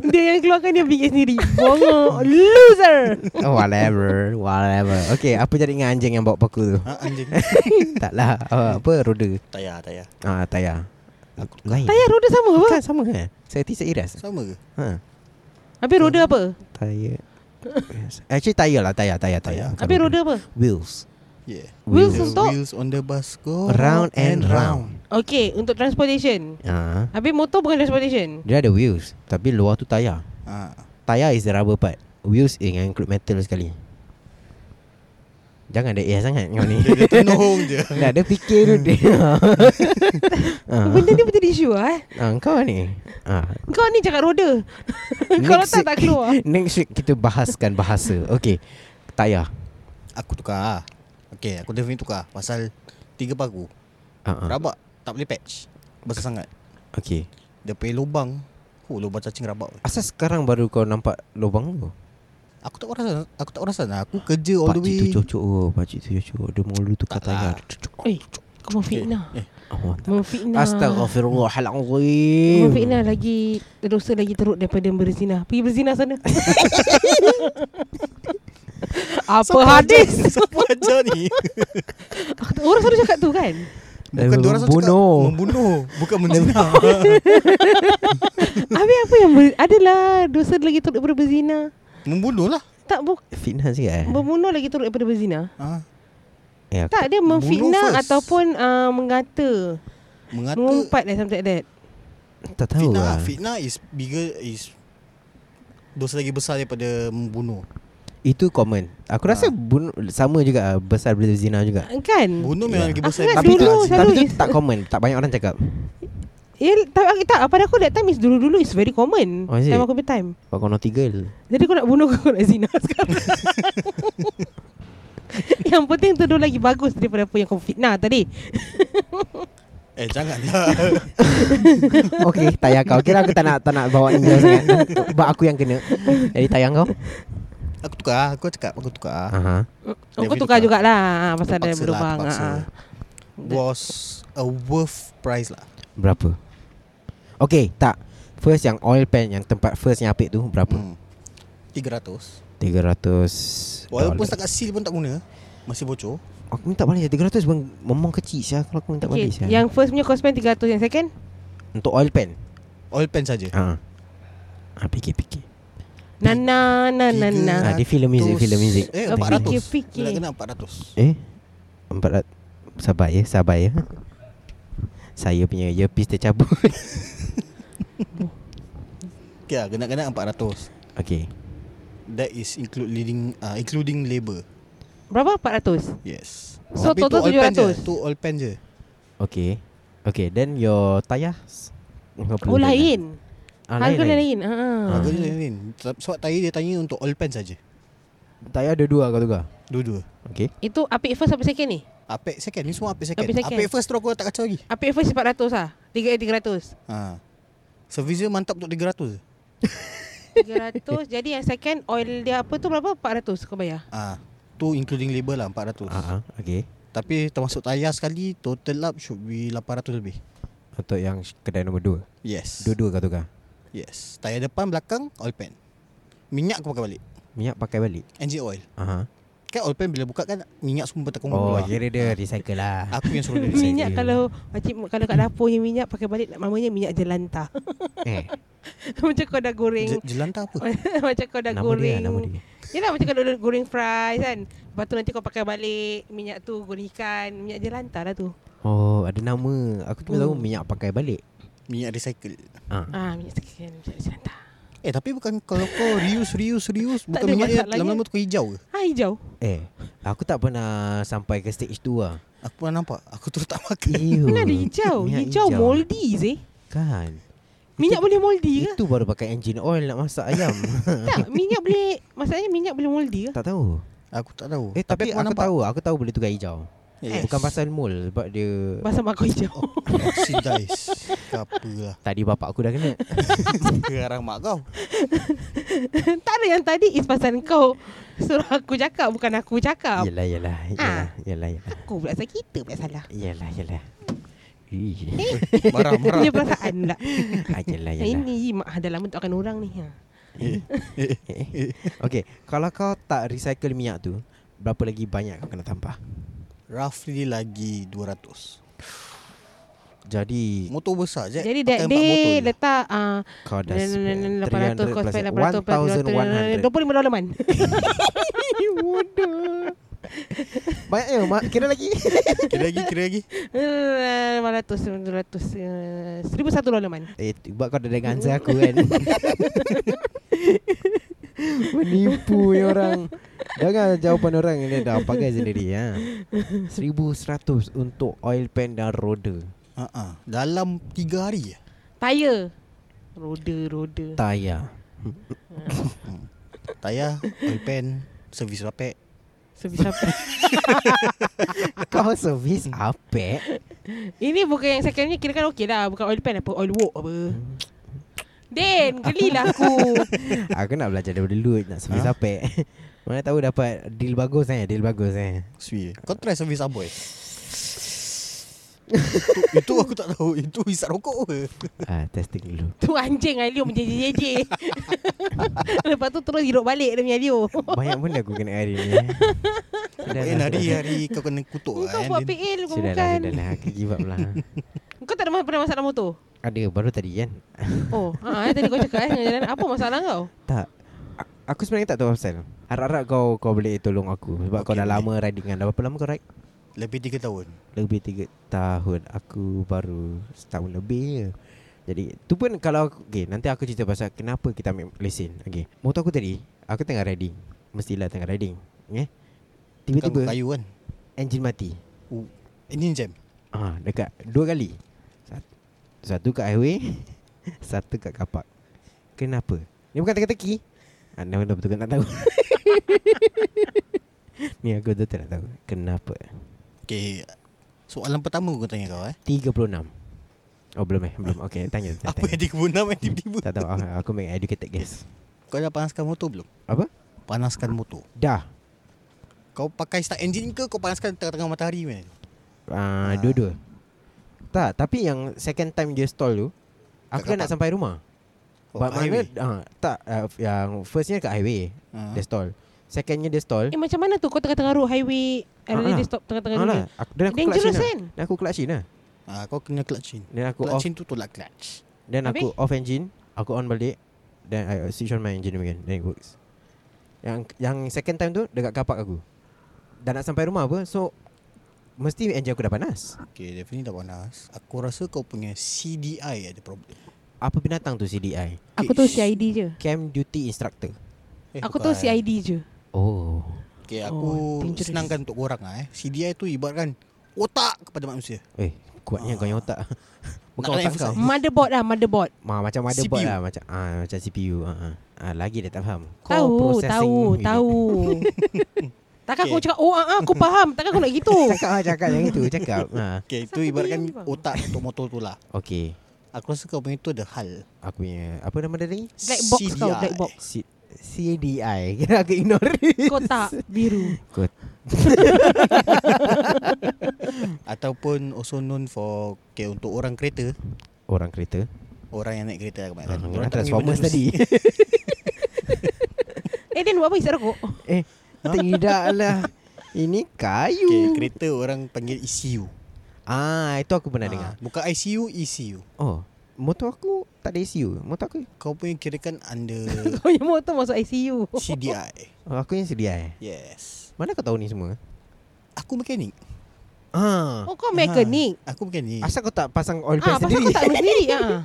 Speaker 2: Dia yang keluarkan dia fikir sendiri Bongok Loser
Speaker 1: oh, Whatever Whatever Okay apa jadi dengan anjing yang bawa paku tu
Speaker 3: ha, Anjing
Speaker 1: Tak lah Ah, Apa roda
Speaker 3: Tak payah, tak payah
Speaker 1: Ah, Tayar Aku lain
Speaker 2: Tayar roda sama apa
Speaker 1: Bukan sama kan Saya tidak iras
Speaker 3: Sama ke?
Speaker 1: ha.
Speaker 2: Habis roda apa
Speaker 1: Tayar Actually tayar lah Tayar Tayar Tayar
Speaker 3: Tayar.
Speaker 1: Bukan
Speaker 2: Habis roda apa
Speaker 1: Wheels
Speaker 3: Yeah
Speaker 2: Wheels
Speaker 3: The
Speaker 2: untuk-
Speaker 3: Wheels on the bus go
Speaker 1: Round and round
Speaker 2: Okay untuk transportation
Speaker 1: Ah,
Speaker 2: Habis motor bukan transportation
Speaker 1: Dia ada wheels Tapi luar tu tayar
Speaker 3: ha.
Speaker 1: Tayar is the rubber part Wheels is yang include metal sekali Jangan ada air sangat kau ni
Speaker 3: Dia tenung je
Speaker 1: Dah ada fikir tu dia ah,
Speaker 2: Benda ni menjadi isu lah eh
Speaker 1: ah, Kau ni ah.
Speaker 2: Kau ni cakap roda Kau
Speaker 1: Next
Speaker 2: letak tak
Speaker 1: week-
Speaker 2: keluar
Speaker 1: Next week kita bahaskan bahasa Okay Tayar
Speaker 3: Aku tukar Okay aku definitely tukar Pasal Tiga paku
Speaker 1: ah, ah.
Speaker 3: Rabak Tak boleh patch Besar sangat
Speaker 1: Okay
Speaker 3: Dia punya lubang Oh lubang cacing rabak weh.
Speaker 1: Asal sekarang baru kau nampak lubang tu
Speaker 3: Aku tak perasan Aku tak perasan lah Aku kerja all the
Speaker 1: Pakcik
Speaker 3: way
Speaker 1: tu cocok oh. Pakcik tu cocok Dia mulu tukar
Speaker 3: Tak lah.
Speaker 1: tayar
Speaker 2: Eh kau memfitnah
Speaker 3: Eh, eh.
Speaker 1: oh,
Speaker 2: Memfitnah
Speaker 1: Astaghfirullahaladzim
Speaker 2: Memfitnah lagi Dosa lagi teruk daripada berzina Pergi berzina sana Apa hadis
Speaker 3: Siapa ajar ni
Speaker 2: Orang selalu cakap tu kan
Speaker 3: Bukan dia orang selalu
Speaker 1: Membunuh.
Speaker 3: cakap Membunuh Bukan menzina
Speaker 2: Habis apa yang ber- Adalah Dosa lagi teruk daripada berzina
Speaker 3: Membunuh lah
Speaker 2: Tak bu-
Speaker 1: Fitnah sikit eh
Speaker 2: Membunuh lagi teruk daripada berzina
Speaker 3: ha.
Speaker 1: Ya,
Speaker 2: Tak dia
Speaker 3: Bunuh
Speaker 2: memfitnah
Speaker 3: first.
Speaker 2: Ataupun uh, mengata
Speaker 3: Mengata
Speaker 2: Mengumpat lah something like that
Speaker 1: tak tahu
Speaker 3: Fitnah
Speaker 1: lah
Speaker 3: Fitnah is bigger is Dosa lagi besar daripada membunuh
Speaker 1: Itu common Aku rasa bun, sama juga ah, Besar bila zina juga
Speaker 2: Kan
Speaker 3: Bunuh
Speaker 1: Ya.
Speaker 3: memang lagi
Speaker 2: Aku
Speaker 3: besar
Speaker 2: ingat
Speaker 3: daripada
Speaker 1: Tapi,
Speaker 2: dulu
Speaker 3: fitnah.
Speaker 1: tu, tapi tu
Speaker 2: selalu-
Speaker 1: tak common Tak banyak orang cakap
Speaker 2: Ya, tak, tak, pada aku that time is dulu-dulu is very common.
Speaker 1: Oh, is it?
Speaker 2: time aku punya time.
Speaker 1: Pak Kono Tigel
Speaker 2: Jadi kau nak bunuh kau nak zina sekarang. yang penting tu dulu lagi bagus daripada apa yang kau fitnah tadi.
Speaker 3: Eh janganlah
Speaker 1: Okay tayang kau Kira aku tak nak, tak nak bawa ni jauh sangat Sebab aku yang kena Jadi tayang kau
Speaker 3: Aku tukar Aku cakap aku tukar
Speaker 1: Aha.
Speaker 2: Oh, kau
Speaker 3: Dia
Speaker 2: tukar
Speaker 3: boleh tukar.
Speaker 2: jugalah ah, pasal ada
Speaker 3: Terpaksa lah
Speaker 2: berlubang.
Speaker 3: terpaksa
Speaker 2: ah.
Speaker 3: Was a worth price lah
Speaker 1: Berapa Okay tak First yang oil pan Yang tempat first yang apik tu Berapa
Speaker 3: hmm. 300
Speaker 1: 300 dollar.
Speaker 3: Walaupun setakat seal pun tak guna Masih bocor
Speaker 1: Aku minta balik je 300 memang, memang kecil sah Kalau aku minta
Speaker 2: Okay,
Speaker 1: balik sah
Speaker 2: yang first punya cost pen 300 yang second
Speaker 1: Untuk oil pan
Speaker 3: Oil pan saja.
Speaker 1: Ha. Ha, fikir-fikir
Speaker 2: na na na na na.
Speaker 1: Ah, dia filem music, filem music.
Speaker 3: Eh
Speaker 2: Oh,
Speaker 3: 400
Speaker 2: fikir-fikir.
Speaker 3: Bila kena 400
Speaker 1: Eh? Empat rat... Sabar ya, sabar ya. Saya punya earpiece tercabut.
Speaker 3: Okay lah kena-kena 400
Speaker 1: okay.
Speaker 3: That is include leading, uh, including labor
Speaker 2: Berapa 400?
Speaker 3: Yes
Speaker 2: So,
Speaker 3: Tapi tu
Speaker 2: total
Speaker 3: oil pan je,
Speaker 2: 700.
Speaker 3: Tu oil pan je
Speaker 1: Okay. Okay, then your tayar.
Speaker 2: Oh lain.
Speaker 1: Ah,
Speaker 2: Harga lain. lain. Ha.
Speaker 1: Ah.
Speaker 3: Harga dia lain Sebab tanya dia tanya untuk oil pan saja.
Speaker 1: Tayar ada dua kau tukar.
Speaker 3: Dua-dua
Speaker 1: Okay.
Speaker 2: Itu apik first apa second ni?
Speaker 3: Apek second Ni semua apek second
Speaker 2: Apek second.
Speaker 3: Apek first tu aku tak kacau lagi
Speaker 2: Apik first 400 ah. 3 300.
Speaker 3: ha. Servis dia mantap untuk 300 je.
Speaker 2: 300 Jadi yang second Oil dia apa tu berapa 400 kau bayar
Speaker 3: ha. Tu including label lah 400
Speaker 1: Ah, ah, okay.
Speaker 3: Tapi termasuk tayar sekali Total up should be 800 lebih
Speaker 1: Untuk yang sh- kedai nombor dua.
Speaker 3: Yes
Speaker 1: Dua-dua kau tukar.
Speaker 3: Yes Tayar depan belakang Oil pan Minyak aku pakai balik
Speaker 1: Minyak pakai balik.
Speaker 3: Engine oil
Speaker 1: Aha.
Speaker 3: Kan oil pan bila buka kan Minyak semua terkumpul
Speaker 1: Oh,
Speaker 3: keluar.
Speaker 1: kira dia recycle lah.
Speaker 3: Aku yang suruh dia
Speaker 1: Recycle.
Speaker 3: recycle
Speaker 2: Minyak kalau Pakcik kalau kat dapur ni minyak Pakai balik namanya minyak jelanta
Speaker 1: eh,
Speaker 2: Macam kau dah goreng
Speaker 3: Je- Jelanta apa?
Speaker 2: Macam kau dah
Speaker 1: nama
Speaker 2: goreng
Speaker 1: dia, lah, nama dia.
Speaker 2: Yelah macam kau dah goreng fries kan Lepas tu nanti kau pakai balik Minyak tu goreng ikan Minyak jelanta lah tu
Speaker 1: Oh, ada nama. Aku cuma tahu
Speaker 2: Hmm.
Speaker 1: minyak pakai balik.
Speaker 3: Minyak recycle
Speaker 1: Ah.
Speaker 2: Ah minyak sekian Minyak jelanta
Speaker 3: Eh tapi bukan kalau kau reuse reuse reuse
Speaker 2: Tak
Speaker 3: Bukan
Speaker 2: ada
Speaker 3: minyak dia
Speaker 2: masalahnya.
Speaker 3: lama-lama tukar hijau ke?
Speaker 2: Ah hijau
Speaker 1: Eh, aku tak pernah sampai ke stage tu lah.
Speaker 3: Aku pernah nampak Aku terus tak makan
Speaker 1: Ew.
Speaker 2: Mana Kan ada hijau
Speaker 1: Minyak
Speaker 2: Hijau moldy sih
Speaker 1: Kan.
Speaker 2: Minyak boleh moldy ke?
Speaker 1: Itu baru pakai engine oil nak masak ayam.
Speaker 2: Tak, minyak boleh Masalahnya minyak boleh moldy ke?
Speaker 1: tak tahu.
Speaker 3: Aku tak tahu
Speaker 1: Eh tapi, aku,
Speaker 3: pernah
Speaker 1: tahu, aku tahu boleh tukar hijau.
Speaker 3: Yes.
Speaker 1: Bukan pasal mul Sebab dia
Speaker 2: Bahasa makau hijau
Speaker 3: Oxidize Ke apa lah
Speaker 1: Tadi bapak aku dah kena
Speaker 3: Garang mak kau
Speaker 2: Tak ada yang tadi Is pasal kau Suruh aku cakap Bukan aku cakap
Speaker 1: Yelah yelah Yelah Yelah yelah
Speaker 2: Aku pula salah Kita pula salah
Speaker 1: Yelah yelah Ih.
Speaker 3: Marah marah
Speaker 2: Ini perasaan pula
Speaker 1: Ah, Yelah yelah
Speaker 2: Ini mak dalam bentukan orang ni ha.
Speaker 1: Okay Eh. Kalau kau tak recycle minyak tu Berapa lagi banyak kau kena tampar
Speaker 3: Roughly lagi 200
Speaker 1: Jadi
Speaker 3: Motor besar je
Speaker 2: Jadi that
Speaker 3: pakai empat
Speaker 2: day
Speaker 3: motor je.
Speaker 2: Letak uh,
Speaker 1: Kau dah spend
Speaker 2: 800 kau spend
Speaker 1: 300
Speaker 2: 800
Speaker 1: plus
Speaker 2: 1100 25 dolar man
Speaker 1: 1,100 Banyaknya mak Kira lagi
Speaker 3: Kira lagi kira lagi
Speaker 2: 500 200 1001 dolar man
Speaker 1: Eh tu- buat kau dah dengan answer aku kan Menipu ni orang Jangan jawapan orang Dia dah pakai sendiri ha. 1100 untuk oil pan dan roda
Speaker 3: uh-uh. Dalam 3 hari je
Speaker 2: Tayar Roda-roda
Speaker 1: Tayar
Speaker 3: Tayar Oil pan Servis rapek
Speaker 2: Servis apa
Speaker 1: Kau servis apek
Speaker 2: Ini bukan yang second ni Kira kan okey lah Bukan oil pan apa Oil wok apa
Speaker 1: Hmm.
Speaker 2: Dan Gelilah aku
Speaker 1: Aku nak belajar daripada lu Nak servis
Speaker 3: Ha?
Speaker 1: apek Mana tahu dapat deal bagus eh Deal bagus eh
Speaker 3: Sui Kau try servis aboy itu, itu aku tak tahu Itu hisap rokok ke
Speaker 1: ah, Testing dulu
Speaker 2: Tu anjing Alium menjejej Lepas tu terus hidup balik Dia punya Alium
Speaker 1: Banyak benda aku kena hari ni eh. Sudah
Speaker 3: Kau
Speaker 1: lah,
Speaker 3: hari
Speaker 1: sudah.
Speaker 3: hari kau kena
Speaker 1: Oh,
Speaker 3: kutuk
Speaker 2: Kau
Speaker 3: kan
Speaker 2: buat
Speaker 3: Din.
Speaker 2: PL kau
Speaker 1: eh, Sudah lah
Speaker 2: bukan
Speaker 1: Sudah lah Aku give up lah
Speaker 2: Kau tak ada ma- pernah masak dalam motor
Speaker 1: Ada baru tadi kan
Speaker 2: Oh ha, Tadi kau cakap eh dengan jalan. Apa masalah kau
Speaker 1: Tak A- Aku sebenarnya tak tahu pasal Harap-harap kau Kau boleh tolong aku Sebab okay, kau
Speaker 3: Okey,
Speaker 1: dah
Speaker 3: boleh.
Speaker 1: lama ride dengan Dah berapa lama kau ride?
Speaker 3: Lebih 3 tahun
Speaker 1: Lebih 3 tahun Aku baru Setahun lebih je Jadi Tu pun kalau aku- Okay nanti aku cerita pasal Kenapa kita ambil lesen Okay Motor aku tadi Aku tengah riding Mestilah tengah riding Okay
Speaker 3: Tiba-tiba
Speaker 1: Tiba-tiba
Speaker 3: kayu kan
Speaker 1: Enjin mati
Speaker 3: oh, Ini jam
Speaker 1: Ah, Dekat Dua kali Sat- Satu kat highway Satu kat kapak Kenapa? Ni bukan teka-teki Ah, Anda betul-betul tak tahu Ni aku betul-betul tak tahu Kenapa?
Speaker 3: Okay Soalan pertama aku tanya kau eh
Speaker 1: 36 Oh belum eh Belum Okay tanya, tanya,
Speaker 3: Apa yang
Speaker 1: tanya.
Speaker 3: tiba yang tiba-tiba
Speaker 1: Tak tahu ah, Aku make educated guess
Speaker 3: Kau dah panaskan motor belum?
Speaker 1: Apa?
Speaker 3: Panaskan motor
Speaker 1: Dah
Speaker 3: Kau pakai start engine ke Kau panaskan tengah-tengah matahari man? Ah.
Speaker 1: uh, Dua-dua Tak Tapi yang second time dia stall tu Aku
Speaker 3: Kat
Speaker 1: dah nak
Speaker 3: kapak.
Speaker 1: sampai rumah
Speaker 3: Oh,
Speaker 1: But mana
Speaker 3: highway.
Speaker 1: uh, Tak uh, Yang firstnya kat highway
Speaker 3: Ah.
Speaker 1: Dia stall Secondnya dia stall
Speaker 2: Eh macam mana tu Kau tengah-tengah road highway
Speaker 1: Ah,
Speaker 2: Already
Speaker 1: lah.
Speaker 2: dia stop tengah-tengah
Speaker 1: Ah,
Speaker 2: dunia
Speaker 1: lah. Aku, dan aku
Speaker 2: Dangerous
Speaker 1: clutch
Speaker 2: kan?
Speaker 1: kan? Dan aku clutch in lah.
Speaker 3: Ah, kau kena clutch in.
Speaker 1: Dan aku
Speaker 3: Clutch
Speaker 1: off.
Speaker 3: in tu tolak clutch.
Speaker 1: Dan aku
Speaker 2: Habis?
Speaker 1: off engine. Aku on balik. Then I switch on my engine again. Then it works. Yang yang second time tu dekat kapak aku. Dah nak sampai rumah apa. So mesti engine aku dah panas.
Speaker 3: Okay, definitely dah panas. Aku rasa kau punya CDI ada problem.
Speaker 1: Apa binatang tu CDI?
Speaker 2: Aku tu CID je
Speaker 1: Camp Duty Instructor.
Speaker 3: Eh,
Speaker 2: Aku tu
Speaker 3: bukan.
Speaker 2: CID je
Speaker 1: Oh.
Speaker 3: Okay,
Speaker 2: Oh,
Speaker 3: aku
Speaker 2: dangerous.
Speaker 3: senangkan untuk korang lah eh. CDI tu ibaratkan otak kepada manusia.
Speaker 1: Eh, kuatnya kau yang otak. Bukan
Speaker 3: Nak kena
Speaker 1: otak kau.
Speaker 3: emphasize.
Speaker 2: Motherboard lah motherboard
Speaker 1: Ma, macam motherboard
Speaker 3: CPU.
Speaker 1: lah macam ah macam CPU ah, ah. ah lagi dia tak faham. Core
Speaker 2: Tahu
Speaker 1: processing
Speaker 2: Tahu
Speaker 1: unit.
Speaker 2: Tahu Takkan aku
Speaker 3: Okay.
Speaker 2: cakap Oh ah, ah, aku faham Takkan aku nak gitu
Speaker 1: Cakap lah cakap yang itu cakap. Ha.
Speaker 3: Okay,
Speaker 2: Siapa
Speaker 3: itu ibaratkan
Speaker 2: dia ni, bang?
Speaker 3: otak untuk motor tu lah.
Speaker 1: Okey.
Speaker 3: Aku rasa kau punya tu ada hal.
Speaker 1: Aku punya Apa nama dia lagi?
Speaker 2: Black box kau
Speaker 3: CDI.
Speaker 2: Black box
Speaker 1: C- CDI Kira aku ignore
Speaker 2: Kotak biru
Speaker 1: Kot
Speaker 3: Ataupun also known for okay, untuk orang kereta,
Speaker 1: Orang kereta
Speaker 3: orang yang naik kereta aku
Speaker 1: Ah,
Speaker 3: makan.
Speaker 1: Orang Transformers tadi
Speaker 2: Eh Dan buat apa isap rokok
Speaker 1: Eh Tidaklah Ini
Speaker 3: Okay,
Speaker 1: kayu
Speaker 3: kereta orang panggil ECU.
Speaker 1: Ah Itu aku pernah
Speaker 3: Ah,
Speaker 1: dengar
Speaker 3: Bukan ICU, ECU.
Speaker 1: Oh Motor aku Tak ada ECU Motor aku
Speaker 3: Kau punya kirakan under
Speaker 2: Kau punya motor masuk ICU
Speaker 3: CDI.
Speaker 1: oh, Aku yang CDI
Speaker 3: Yes.
Speaker 1: Mana kau tahu ni semua
Speaker 3: Aku mekanik.
Speaker 1: Ah,
Speaker 2: Oh kau mekanik
Speaker 3: Ha, aku mekanik.
Speaker 1: Asal kau tak pasang oil pan
Speaker 2: Ah, pasal
Speaker 1: sendiri
Speaker 2: aku tak tahu sendiri ah.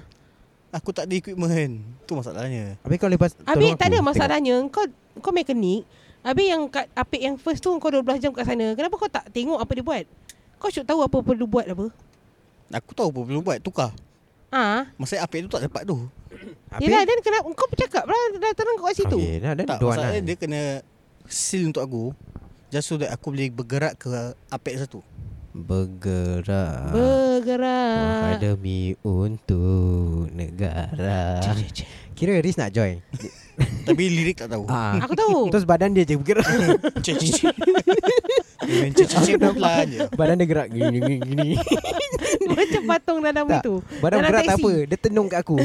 Speaker 3: Aku tak ada equipment. Tu masalahnya.
Speaker 1: Habis kau lepas
Speaker 2: Abi tak ada masalahnya kau kau mekanik. Abi yang kat apik yang first tu kau 12 jam kat sana. Kenapa kau tak tengok apa dia buat? Kau should tahu apa perlu buat apa.
Speaker 3: Aku tahu apa perlu buat. Tukar.
Speaker 2: Ah,
Speaker 3: Masa apik tu tak dapat tu.
Speaker 2: yelah dan kenapa kau bercakap lah dah terang kau kat situ.
Speaker 1: Okey dah dah
Speaker 3: Tak,
Speaker 1: Don't
Speaker 3: masalahnya
Speaker 1: lah.
Speaker 3: dia kena seal untuk aku. Just so that aku boleh bergerak ke apek satu
Speaker 1: Bergerak Oh,
Speaker 2: Bergerak
Speaker 1: Akademi untuk negara Kira Riz nak join
Speaker 3: Tapi lirik tak tahu
Speaker 1: ah.
Speaker 2: Aku tahu
Speaker 1: Terus badan dia je bergerak
Speaker 3: Cik cik cik Dia cik cik pelan je
Speaker 1: Badan dia gerak gini gini, gini.
Speaker 2: Macam patung dalam
Speaker 1: Tak,
Speaker 2: itu
Speaker 1: Badan
Speaker 2: Dalam
Speaker 1: gerak tak
Speaker 2: taxi.
Speaker 1: apa Dia tenung kat aku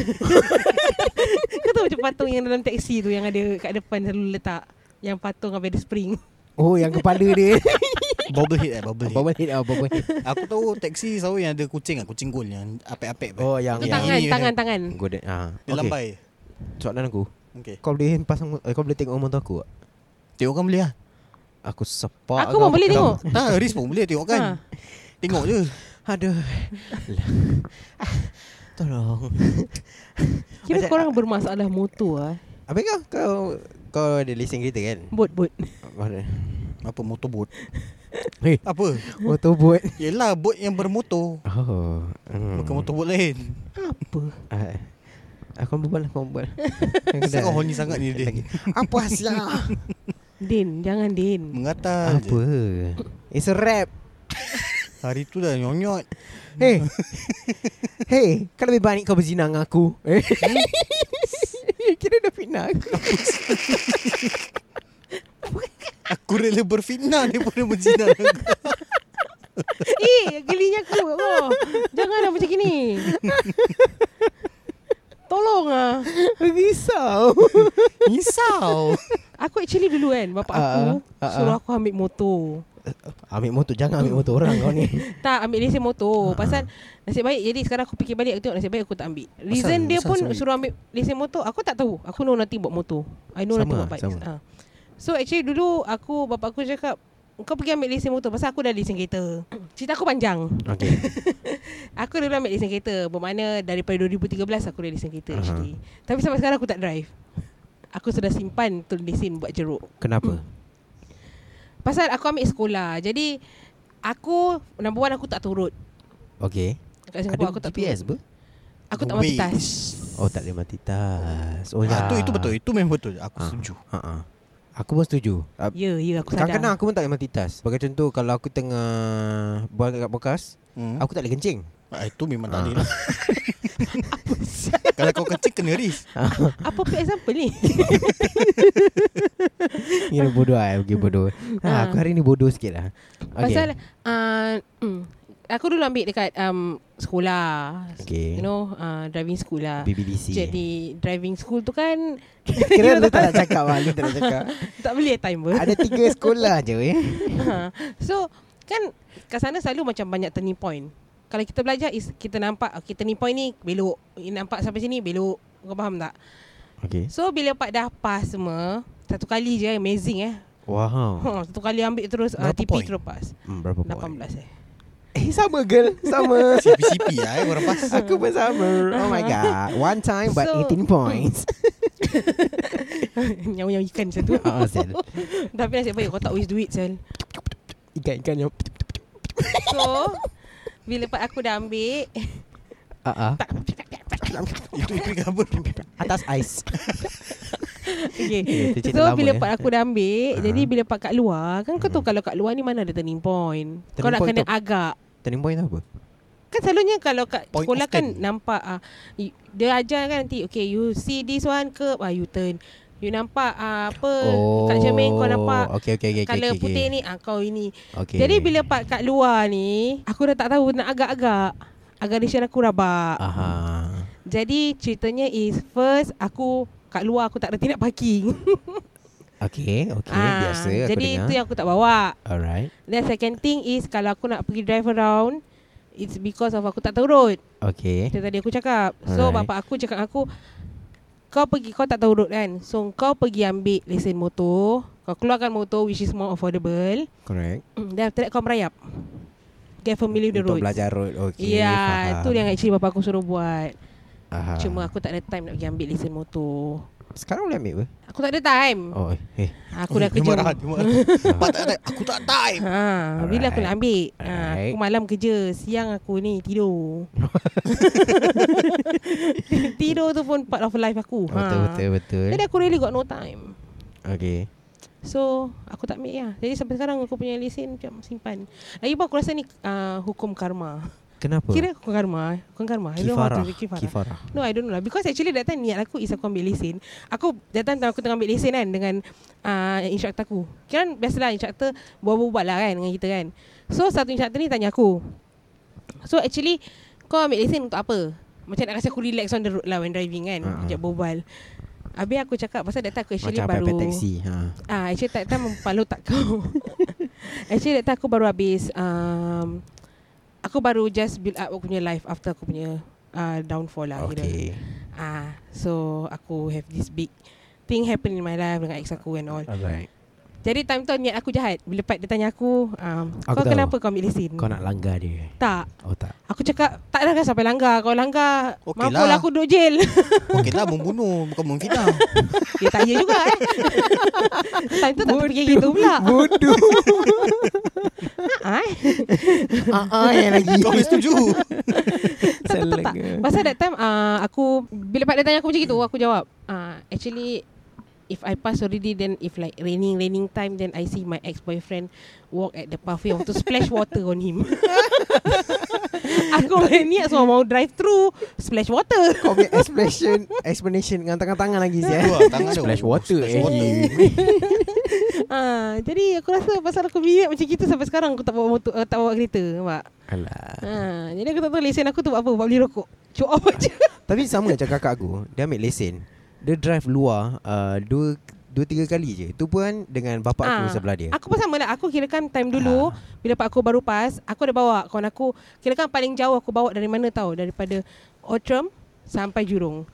Speaker 2: Kau tahu macam patung yang dalam taksi tu Yang ada kat depan selalu letak Yang patung apa ada spring
Speaker 1: Oh yang kepala dia
Speaker 3: Bobblehead eh Bobblehead
Speaker 1: Bubble head oh, bubble head
Speaker 3: Aku tahu taksi selalu yang ada kucing ah, Kucing gol yang apek-apek
Speaker 1: Oh yang
Speaker 2: Itu
Speaker 3: Yang
Speaker 2: tangan,
Speaker 3: ini,
Speaker 2: tangan, tangan
Speaker 1: Golden ah.
Speaker 3: Dia lambai
Speaker 1: Soalan aku
Speaker 3: Okay
Speaker 1: Kau boleh pasang eh, Kau boleh tengok motor aku tak?
Speaker 3: Tengok kan boleh lah
Speaker 1: Aku sepak
Speaker 2: Aku pun boleh tengok
Speaker 3: Tak Riz pun boleh tengok kan
Speaker 2: Ha.
Speaker 3: Tengok je
Speaker 1: Aduh Ah, Tolong
Speaker 2: Kira
Speaker 1: Macam-
Speaker 2: korang bermasalah motor lah
Speaker 1: Apa kau Kau Kau ada leasing kereta kan
Speaker 2: Bot, bot
Speaker 1: Mana
Speaker 2: Eh.
Speaker 3: Apa motorbot
Speaker 1: Hei
Speaker 3: Apa
Speaker 1: Motorbot
Speaker 3: Yelah bot yang bermotor
Speaker 1: Oh hmm.
Speaker 3: Bukan motorbot lain
Speaker 2: Apa?
Speaker 1: Ah, Aku berbual lah Aku berbual
Speaker 3: Kenapa kau horny sangat ni dia
Speaker 1: Apa lah? hasilnya
Speaker 2: Din, jangan Din
Speaker 3: Mengatal
Speaker 1: Apa
Speaker 3: je
Speaker 1: It's a rap
Speaker 3: Hari tu dah nyonyot
Speaker 1: Hey Hey Kau lebih baik kau berzina dengan aku Eh. Kira dah fitnah aku
Speaker 3: Aku rela berfitnah daripada berzina dengan kau.
Speaker 2: Eh, gelinya aku oh, Janganlah macam gini Tolong ah.
Speaker 1: Risau
Speaker 3: Risau
Speaker 2: Aku actually dulu kan Bapak
Speaker 1: Ah,
Speaker 2: aku
Speaker 1: ah, ah.
Speaker 2: Suruh aku ambil motor
Speaker 1: Ambil motor Jangan ambil motor orang kau ni
Speaker 2: Tak ambil lesen
Speaker 1: Ah,
Speaker 2: motor Pasal Nasib baik Jadi sekarang aku fikir balik Aku tengok nasib baik aku tak ambil Reason
Speaker 3: Asal-
Speaker 2: dia
Speaker 3: asal
Speaker 2: pun
Speaker 3: nasib baik?
Speaker 2: Suruh ambil lesen motor Aku tak tahu Aku know nothing about motor I know
Speaker 1: Sama
Speaker 2: nothing about
Speaker 1: lah,
Speaker 2: bikes
Speaker 1: sama.
Speaker 2: ha. So actually dulu Aku Bapak aku cakap Kau pergi ambil lesen motor Pasal aku dah lesen kereta Cerita aku panjang
Speaker 1: Okay
Speaker 2: Aku dulu ambil lesen kereta Bermakna daripada 2013 Aku dah lesen kereta actually Tapi sampai sekarang aku tak drive Aku sudah simpan tu lesen buat jeruk
Speaker 1: Kenapa
Speaker 2: Pasal aku ambil sekolah Jadi Aku Number one aku tak turut
Speaker 1: Okay
Speaker 2: Kat
Speaker 1: Ada
Speaker 2: Singapura aku tak turut
Speaker 1: GPS ber?
Speaker 2: Aku tak
Speaker 3: Waze.
Speaker 2: multitask
Speaker 1: Oh tak boleh mati tas Oh
Speaker 3: Ah,
Speaker 1: ya
Speaker 3: tu, itu betul Itu memang betul Aku
Speaker 1: Ah.
Speaker 3: setuju
Speaker 1: Ha ah. Aku pun setuju. Ah,
Speaker 2: Ya ya aku sadar
Speaker 1: Kadang-kadang aku pun tak boleh multitask. Sebagai contoh kalau aku tengah buat kat bekas,
Speaker 3: hmm.
Speaker 1: aku tak boleh kencing.
Speaker 3: ah, Itu memang tak
Speaker 1: Ah.
Speaker 3: adil Kalau kau kecil kena risk
Speaker 2: Apa pun example ni
Speaker 1: Kira bodoh ah, pergi bodoh. Ha, aku hari ni bodoh sikit lah. Okay.
Speaker 2: Pasal uh, mm, Aku dulu ambil dekat um, Sekolah
Speaker 1: Okay.
Speaker 2: You know uh, Driving school lah
Speaker 1: BBDC.
Speaker 2: Jadi driving school tu kan
Speaker 1: Kira lu tak nak cakap lah, lu tak nak cakap.
Speaker 2: Tak boleh timer
Speaker 1: Ada tiga sekolah je eh.
Speaker 2: Ha. So kan kat sana selalu macam banyak turning point. Kalau kita belajar is kita nampak okay, turning point ni belok. Ini nampak sampai sini belok. Kau faham tak?
Speaker 1: Okay.
Speaker 2: So bila part dah pass semua, satu kali je amazing eh.
Speaker 1: Wow.
Speaker 2: Ha, satu kali ambil terus uh,
Speaker 3: Berapa
Speaker 2: TP
Speaker 3: point?
Speaker 2: terus pass.
Speaker 1: Hmm, berapa point?
Speaker 2: 18 eh.
Speaker 1: Eh, sama girl. Sama.
Speaker 3: CPCP lah eh Orang pas
Speaker 1: aku pun sama. Oh my god. One time but
Speaker 2: So-
Speaker 1: 18 points.
Speaker 2: Nyawa-nyawa ikan macam tu.
Speaker 1: Ah, Sel.
Speaker 2: Tapi nasib baik kau tak waste duit sel.
Speaker 1: Ikan-ikan yang
Speaker 2: So bila part aku dah ambil
Speaker 1: Ah, ah.
Speaker 3: Itu itu cover
Speaker 1: atas ais. Eh,
Speaker 2: Okay.
Speaker 1: tu cerita
Speaker 2: So
Speaker 1: lama,
Speaker 2: bila
Speaker 1: eh.
Speaker 2: part aku dah ambil
Speaker 1: Ah. Hmm.
Speaker 2: Jadi bila part kat luar Kan kau tahu kalau kat luar ni Mana ada turning point
Speaker 1: Turning
Speaker 2: Kau nak
Speaker 1: point
Speaker 2: kena
Speaker 1: tu-
Speaker 2: agak
Speaker 1: Turning point tu apa?
Speaker 2: Kan selalunya kalau kat
Speaker 3: Point
Speaker 2: sekolah
Speaker 3: of
Speaker 2: kan
Speaker 3: turn.
Speaker 2: nampak ah uh, dia ajar kan nanti okay you see this one curve ah you turn. You nampak ah, apa kat cermin kau nampak
Speaker 1: Oh. okay, okay, okay,
Speaker 2: color
Speaker 1: okay,
Speaker 2: putih
Speaker 1: okay.
Speaker 2: ni ah kau ini.
Speaker 1: Okay.
Speaker 2: Okay. Jadi bila part kat luar ni aku dah tak tahu nak agak-agak. Aggression aku rabak.
Speaker 1: Aha.
Speaker 2: Jadi ceritanya is first aku kat luar aku tak reti nak parking.
Speaker 1: Okay, okay,
Speaker 2: Ah,
Speaker 1: biasa aku
Speaker 2: Jadi
Speaker 1: dengar.
Speaker 2: itu yang aku tak bawa.
Speaker 1: Alright.
Speaker 2: Then second thing is kalau aku nak pergi drive around It's because of aku tak tahu road
Speaker 1: Okay.
Speaker 2: Itu tadi aku cakap So
Speaker 1: Eh. Alright.
Speaker 2: Alright. bapak aku cakap dengan aku Kau pergi kau tak tahu road kan So kau pergi ambil lesen motor Kau keluarkan motor which is more affordable
Speaker 1: Correct.
Speaker 2: Then after that kau merayap Get familiar with the
Speaker 1: Untuk
Speaker 2: road
Speaker 1: belajar road. Okay.
Speaker 2: Ya
Speaker 1: faham.
Speaker 2: Itu yang actually bapak aku suruh buat
Speaker 1: Aha.
Speaker 2: Cuma aku tak ada time nak pergi ambil lesen motor
Speaker 1: sekarang boleh ambil apa?
Speaker 2: Aku tak ada time Ah,
Speaker 1: Oh, eh.
Speaker 2: Aku dah
Speaker 3: Dia marah
Speaker 2: kerja
Speaker 3: Dia marah Pak tak ada Aku tak time
Speaker 2: Ha, bila aku nak ambil ha,
Speaker 1: Alright.
Speaker 2: Aku malam kerja Siang aku ni tidur Tidur tu pun part of Ha. life aku
Speaker 1: Betul, betul, betul.
Speaker 2: Jadi aku really got no time
Speaker 1: Okay.
Speaker 2: So aku tak ambil lah Jadi sampai sekarang aku punya lesen macam simpan Lagi pun aku rasa ni uh, hukum karma
Speaker 1: Kenapa?
Speaker 2: Kira hukum karma eh? Hukum karma I don't know how
Speaker 1: kifarah.
Speaker 2: to- Kifarah.
Speaker 1: Kifarah.
Speaker 2: No I don't know lah Because actually that time niat aku is aku ambil lesen Aku that time aku tengah ambil lesen kan Dengan uh, instructor aku Kira biasalah instructor Buat-buat lah kan dengan kita kan So satu instructor ni tanya aku So actually Kau ambil lesen untuk apa? Macam nak kasi aku relax on the road lah When driving
Speaker 1: Ah, ah.
Speaker 2: kan uh-huh. Sekejap berbual Habis aku cakap Pasal that time aku actually
Speaker 1: Macam
Speaker 2: baru
Speaker 1: apa taksi. Ha.
Speaker 2: Ah, actually tak time membalut tak kau. actually tak aku baru habis um, aku baru just build up aku punya life after aku punya uh, downfall lah kira.
Speaker 1: Okay.
Speaker 2: Ah, so aku have this big thing happen in my life dengan ex aku and all.
Speaker 1: Alright.
Speaker 2: Jadi time tu niat aku jahat. Bila part dia tanya aku, um,
Speaker 1: Aku
Speaker 2: kau
Speaker 1: tahu.
Speaker 2: kenapa kau ambil lesen?
Speaker 1: Kau nak langgar dia.
Speaker 2: tak.
Speaker 1: Oh tak.
Speaker 2: Aku cakap tak dah kan sampai langgar. Kau langgar,
Speaker 3: Okey
Speaker 2: mampu lah
Speaker 3: lah.
Speaker 2: aku duduk jail.
Speaker 3: Okey lah membunuh Bukan memfitnah
Speaker 2: Dia tak ya juga eh. time tu tak terfikir gitu pula.
Speaker 1: Bodoh.
Speaker 2: Ah, eh.
Speaker 1: Ah yang lagi.
Speaker 3: Kau boleh setuju
Speaker 2: tak, tak, tak, tak. Pasal that time uh, aku bila pak dia tanya aku macam gitu aku jawab uh, actually if I pass already then if like raining raining time then I see my ex-boyfriend walk at the pathway I want to splash water on him. aku punya niat semua mau drive through splash water.
Speaker 1: Kau punya explanation Explanation dengan tangan-tangan lagi
Speaker 3: Tu
Speaker 1: siya.
Speaker 3: lah, tangan dia.
Speaker 1: Splash water
Speaker 3: Splash
Speaker 1: eh.
Speaker 3: water.
Speaker 2: Ah, jadi aku rasa pasal aku minat macam gitu sampai sekarang aku tak bawa motor uh, tak bawa kereta nampak.
Speaker 1: Alah.
Speaker 2: Ah, jadi aku tak tahu lesen aku tu buat apa buat beli rokok. Cuk off je.
Speaker 1: Tapi sama macam kakak aku Dia ambil lesen Dia drive luar uh, Dua Dua tiga kali je Tu pun dengan bapak aku
Speaker 2: Ah,
Speaker 1: sebelah dia Ah.
Speaker 2: Aku pun sama lah Aku kirakan time dulu Bila pak aku baru pas Aku ada bawa Kawan aku Kirakan paling jauh aku bawa dari mana tau Daripada Outram Sampai Jurong